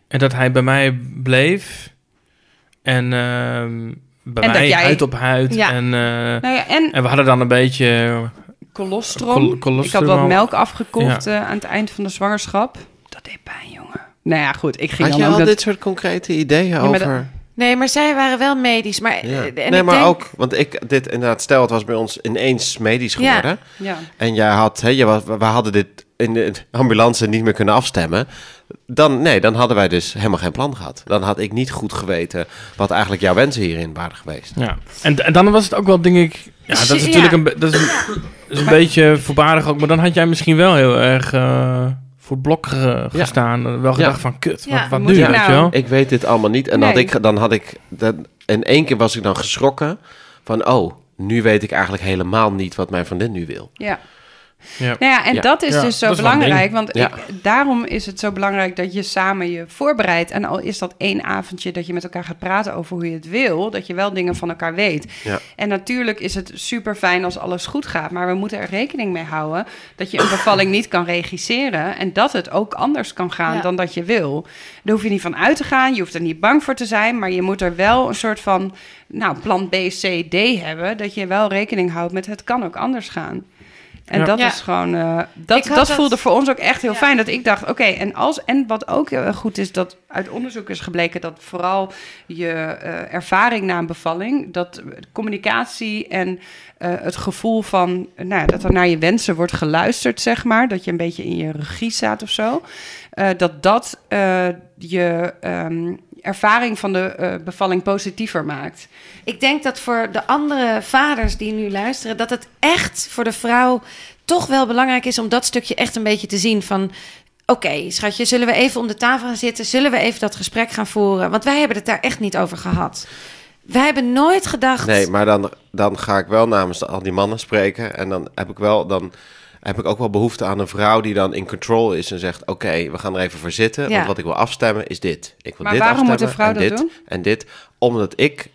en dat hij bij mij bleef. En ehm, bij
En dat
mij
jij-
huid op huid.
Ja.
En, eh,
nou ja, en
en we hadden dan een beetje...
colostrum.
Col- colostrum
ik had
al.
wat melk afgekocht eh, aan het eind van de zwangerschap. Dat deed pijn, jongen. Nou ja, goed. Ik ging
Had
dan
je
ook
al
dat...
dit soort concrete ideeën
maar dat-
over...
Nee, maar zij waren wel medisch. Maar,
Ja.
eh, en
nee,
ik
maar
denk-
ook, want ik, dit inderdaad, stel, het was bij ons ineens medisch
Ja.
geworden.
Ja.
En jij had, hè, je, was- we hadden dit in de ambulance niet meer kunnen afstemmen. Dan, nee, dan hadden wij dus helemaal geen plan gehad. Dan had ik niet goed geweten wat eigenlijk jouw wensen hierin waren geweest.
Ja. En, en dan was het ook wel, denk ik... Ja, dat is
Ja.
natuurlijk een, be- dat is een, dat is een beetje voorbarig ook. Maar dan had jij misschien wel heel erg eh, voor het blok ge-
Ja.
gestaan. Eh, Wel gedacht van, kut,
Ja,
wat, wat
moet
nu,
ik
weet
nou?
je wel?
Ik weet dit allemaal niet. En had
Nee.
ik, dan had ik, dan, in één keer was ik dan geschrokken van, oh, nu weet ik eigenlijk helemaal niet wat mijn vriendin nu wil.
Ja.
Ja.
Nou ja, en
Ja.
dat is
Ja,
dus zo
dat is wel een
belangrijk. Want
Ja.
ik- daarom is het zo belangrijk dat je samen je voorbereidt. En al is dat één avondje dat je met elkaar gaat praten over hoe je het wil, dat je wel dingen van elkaar weet.
Ja.
En natuurlijk is het super fijn als alles goed gaat. Maar we moeten er rekening mee houden dat je een bevalling niet kan regisseren. En dat het ook anders kan gaan
Ja.
dan dat je wil. Daar hoef je niet van uit te gaan. Je hoeft er niet bang voor te zijn. Maar je moet er wel een soort van nou, plan B, C, D hebben. Dat je wel rekening houdt met het kan ook anders gaan. En
Ja.
dat
Ja.
is gewoon. eh, dat
Ik had
dat
dat-
voelde voor ons ook echt heel
Ja.
fijn. Dat ik dacht, oké, en als. En wat ook heel erg goed is, dat uit onderzoek is gebleken dat vooral je eh, ervaring na een bevalling, dat communicatie en eh, het gevoel van eh, nou, ja, dat er naar je wensen wordt geluisterd, zeg maar. Dat je een beetje in je regie staat of zo. eh, dat dat eh, je ehm, ervaring van de eh, bevalling positiever maakt.
Ik denk dat voor de andere vaders die nu luisteren, dat het echt voor de vrouw toch wel belangrijk is om dat stukje echt een beetje te zien van. Oké, schatje, zullen we even om de tafel gaan zitten? Zullen we even dat gesprek gaan voeren? Want wij hebben het daar echt niet over gehad. Wij hebben nooit gedacht.
Nee, maar dan, dan ga ik wel namens de- al die mannen spreken. En dan heb ik wel dan heb ik ook wel behoefte aan een vrouw die dan in control is en zegt: Oké, we gaan er even voor zitten.
Ja.
Want wat ik wil afstemmen is dit. Ik wil
Maar
dit
waarom moet
afstemmen
een vrouw
en
dat
dit
doen?
en dit. Omdat ik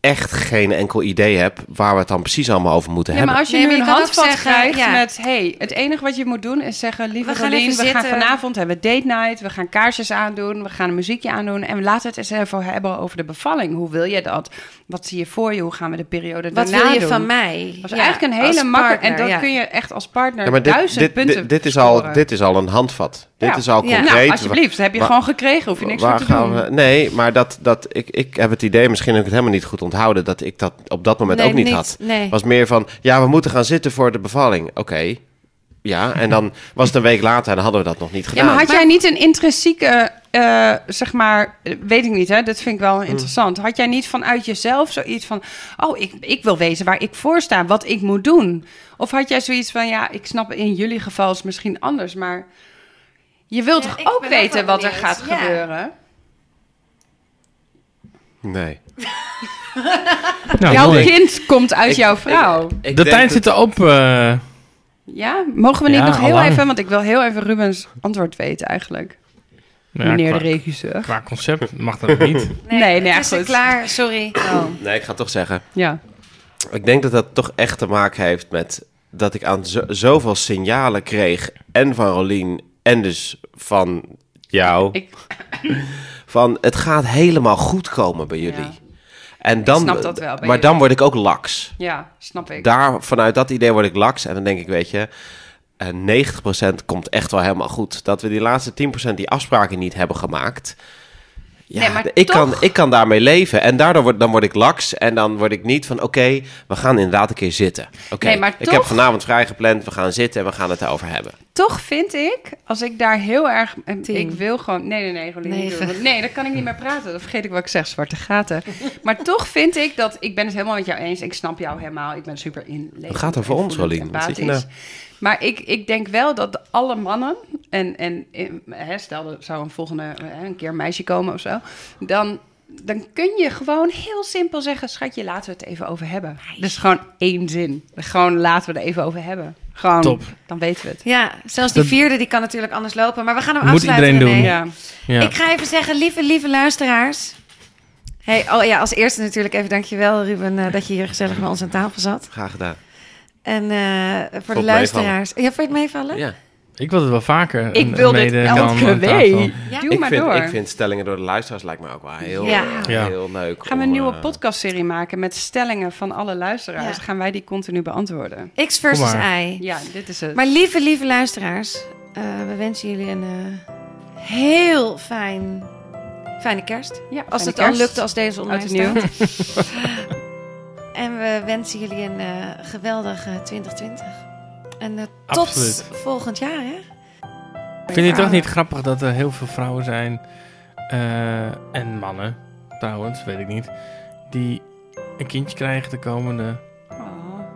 echt geen enkel idee heb waar we het dan precies allemaal over moeten
Ja,
hebben.
maar als je
Nee,
nu
maar je
een
kan ook
handvat
zeggen,
krijgt
ja.
met... hey, het enige wat je moet doen is zeggen... lieve
We gaan
Rolien,
even
we gaan
zitten.
vanavond hebben date night... we gaan kaarsjes aandoen, we gaan een muziekje aandoen... en laten we het eens even hebben over de bevalling. Hoe wil je dat? Wat zie je voor je? Hoe gaan we de periode
Wat
daarna
wil je
doen?
van mij?
Dat is
Ja,
eigenlijk een
als
hele makkelijke... En
partner,
dan
ja.
kun je echt als partner
Ja, maar dit,
duizend
dit,
punten
dit, dit is al,
scoren.
dit is al een handvat.
Ja.
Dit is al
Ja.
concreet.
Nou, alsjeblieft, dat heb je
Wa-
gewoon gekregen. Hoef je niks voor
Waar
te
gaan
doen.
we- nee, maar dat, dat, ik, ik heb het idee, misschien heb ik het helemaal niet goed onthouden, dat ik dat op dat moment
Nee,
ook niet,
niet,
had.
nee.
was meer van, ja, we moeten gaan zitten voor de bevalling. Oké, ja. En dan was het een week later en dan hadden we dat nog niet
Ja,
gedaan.
maar had jij niet een intrinsieke, eh, zeg maar, eh, weet ik niet, hè? Dat vind ik
Hm.
wel interessant. Had jij niet vanuit jezelf zoiets van, oh, ik, ik wil weten waar ik voor sta, wat ik moet doen? Of had jij zoiets van, ja, ik snap in jullie geval is het misschien anders, maar je wilt
Ja, ik
toch ook
ben ook wel
weten wat er
benieuwd,
gaat
ja.
gebeuren?
Nee.
Nou,
jouw
mooi.
kind komt uit
Ik-
jouw
ik-
vrouw.
ik
De
denk
tijd zit erop. eh
Ja, mogen we dit
Ja,
nog heel
allang.
even, want ik wil heel even Rubens antwoord weten eigenlijk.
Nou ja,
Meneer de
qua,
regisseur.
qua concept mag dat niet.
Nee, nee, ja,
het is er
goed. Oh.
klaar. Sorry.
Nee, ik ga het toch zeggen.
Ja.
Ik denk dat dat toch echt te maken heeft met dat ik aan zo- zoveel signalen kreeg. En van Rolien en dus van jou.
Ik-
Van het gaat helemaal goed komen bij jullie.
Ja.
En dan,
snap dat wel bij
maar
jullie.
dan word ik ook laks.
Ja, snap ik.
Daar, vanuit dat idee word ik laks. En dan denk ik, weet je, eh, 90% komt echt wel helemaal goed. Dat we die laatste 10% die afspraken niet hebben gemaakt. Ja,
Nee, maar
ik,
toch-
kan, ik kan daarmee leven. En daardoor word, dan word ik laks. En dan word ik niet van, oké, we gaan inderdaad een keer zitten. Oké,
Nee, maar
ik
toch-
heb vanavond vrijgepland. We gaan zitten en we gaan het erover hebben.
Toch vind ik, als ik daar heel erg... en
Tien.
Ik wil gewoon... Nee, nee, nee. Rolien, niet
Negen.
doen, want- nee, dan kan ik niet meer praten. Dan vergeet ik wat ik zeg. Zwarte gaten. maar toch vind ik dat... Ik ben het helemaal met jou eens. Ik snap jou helemaal. Ik ben super inlevend.
Het gaat er voor
en
ons,
voelend,
Rolien. Wat zit je nou?
empathisch. Maar ik, ik denk wel dat alle mannen... En, en in- hè, stel, er zou een volgende... Hè, een keer een meisje komen of zo. Dan... Dan kun je gewoon heel simpel zeggen: Schatje, laten we het even over hebben. Dus gewoon één zin. Gewoon laten we er even over hebben. Gewoon,
Top.
dan weten we het.
Ja, zelfs die
Dat-
vierde die kan natuurlijk anders lopen. Maar we gaan hem
Moet
afsluiten.
iedereen
René.
doen.
Ja.
Ja.
Ik ga even zeggen, lieve, lieve luisteraars. Hey, oh ja, als eerste natuurlijk even dankjewel, Ruben, eh, dat je hier gezellig met ons aan tafel zat.
Graag gedaan.
En eh, voor de
het
luisteraars. Ja, vond je het meevallen?
Ja.
Ik wil het wel vaker.
Ik
een-
wil
mede
dit
dan aan
elke
tafel.
week.
Ja.
Doe
Ik,
maar
vind,
door.
ik vind stellingen door de luisteraars lijkt me ook wel heel,
Ja.
Ja.
heel leuk.
Gaan we een
om,
nieuwe
eh,
podcastserie maken met stellingen van alle luisteraars?
Ja.
Dan gaan wij die continu beantwoorden.
X versus
Kom maar.
I.
Ja, dit is het.
Maar lieve, lieve luisteraars, eh, we wensen jullie een eh, heel fijn, fijne kerst.
ja,
Als
fijne
het al
kerst.
lukt als deze online
Oud en nieuw.
staat. en we wensen jullie een eh geweldige 2020. En eh, tot
Absoluut.
volgend jaar, hè?
Oh.
Vind je het toch niet grappig dat er heel veel vrouwen zijn eh, en mannen, trouwens, weet ik niet, die een kindje krijgen de komende
Oh.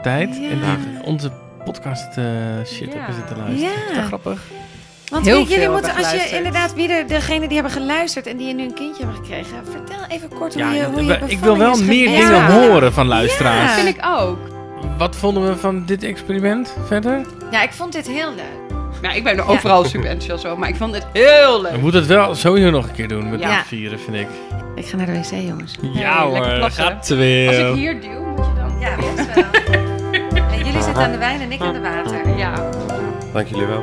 tijd
Ja.
en die onze podcast eh, shit
Ja.
hebben zitten luisteren.
Ja.
Is dat grappig?
Want
Heel
jullie- jullie
veel
moeten,
hebben
als je
geluisterd.
inderdaad, wie er, degene die hebben geluisterd en die je nu een kindje hebben gekregen, vertel even kort hoe
Ja,
je, hoe je
ik
bevalling
wil wel
is
meer
geweest.
dingen
Ja.
horen van luisteraars.
Ja.
Vind ik ook.
Wat vonden we van dit experiment verder?
Ja, ik vond dit heel leuk.
Ja, Nou, ik ben er overal super enthousiast over, maar ik vond het heel
We
leuk.
moeten het wel sowieso nog een keer doen met
Ja.
ons vieren, vind ik.
Ik ga naar de wc, jongens.
Ja, lekker plassen.
ze
Als
weer.
ik hier duw, moet je dan...
Ja, best wel. En jullie zitten aan de wijn en ik aan de water.
Ja.
Dank jullie wel.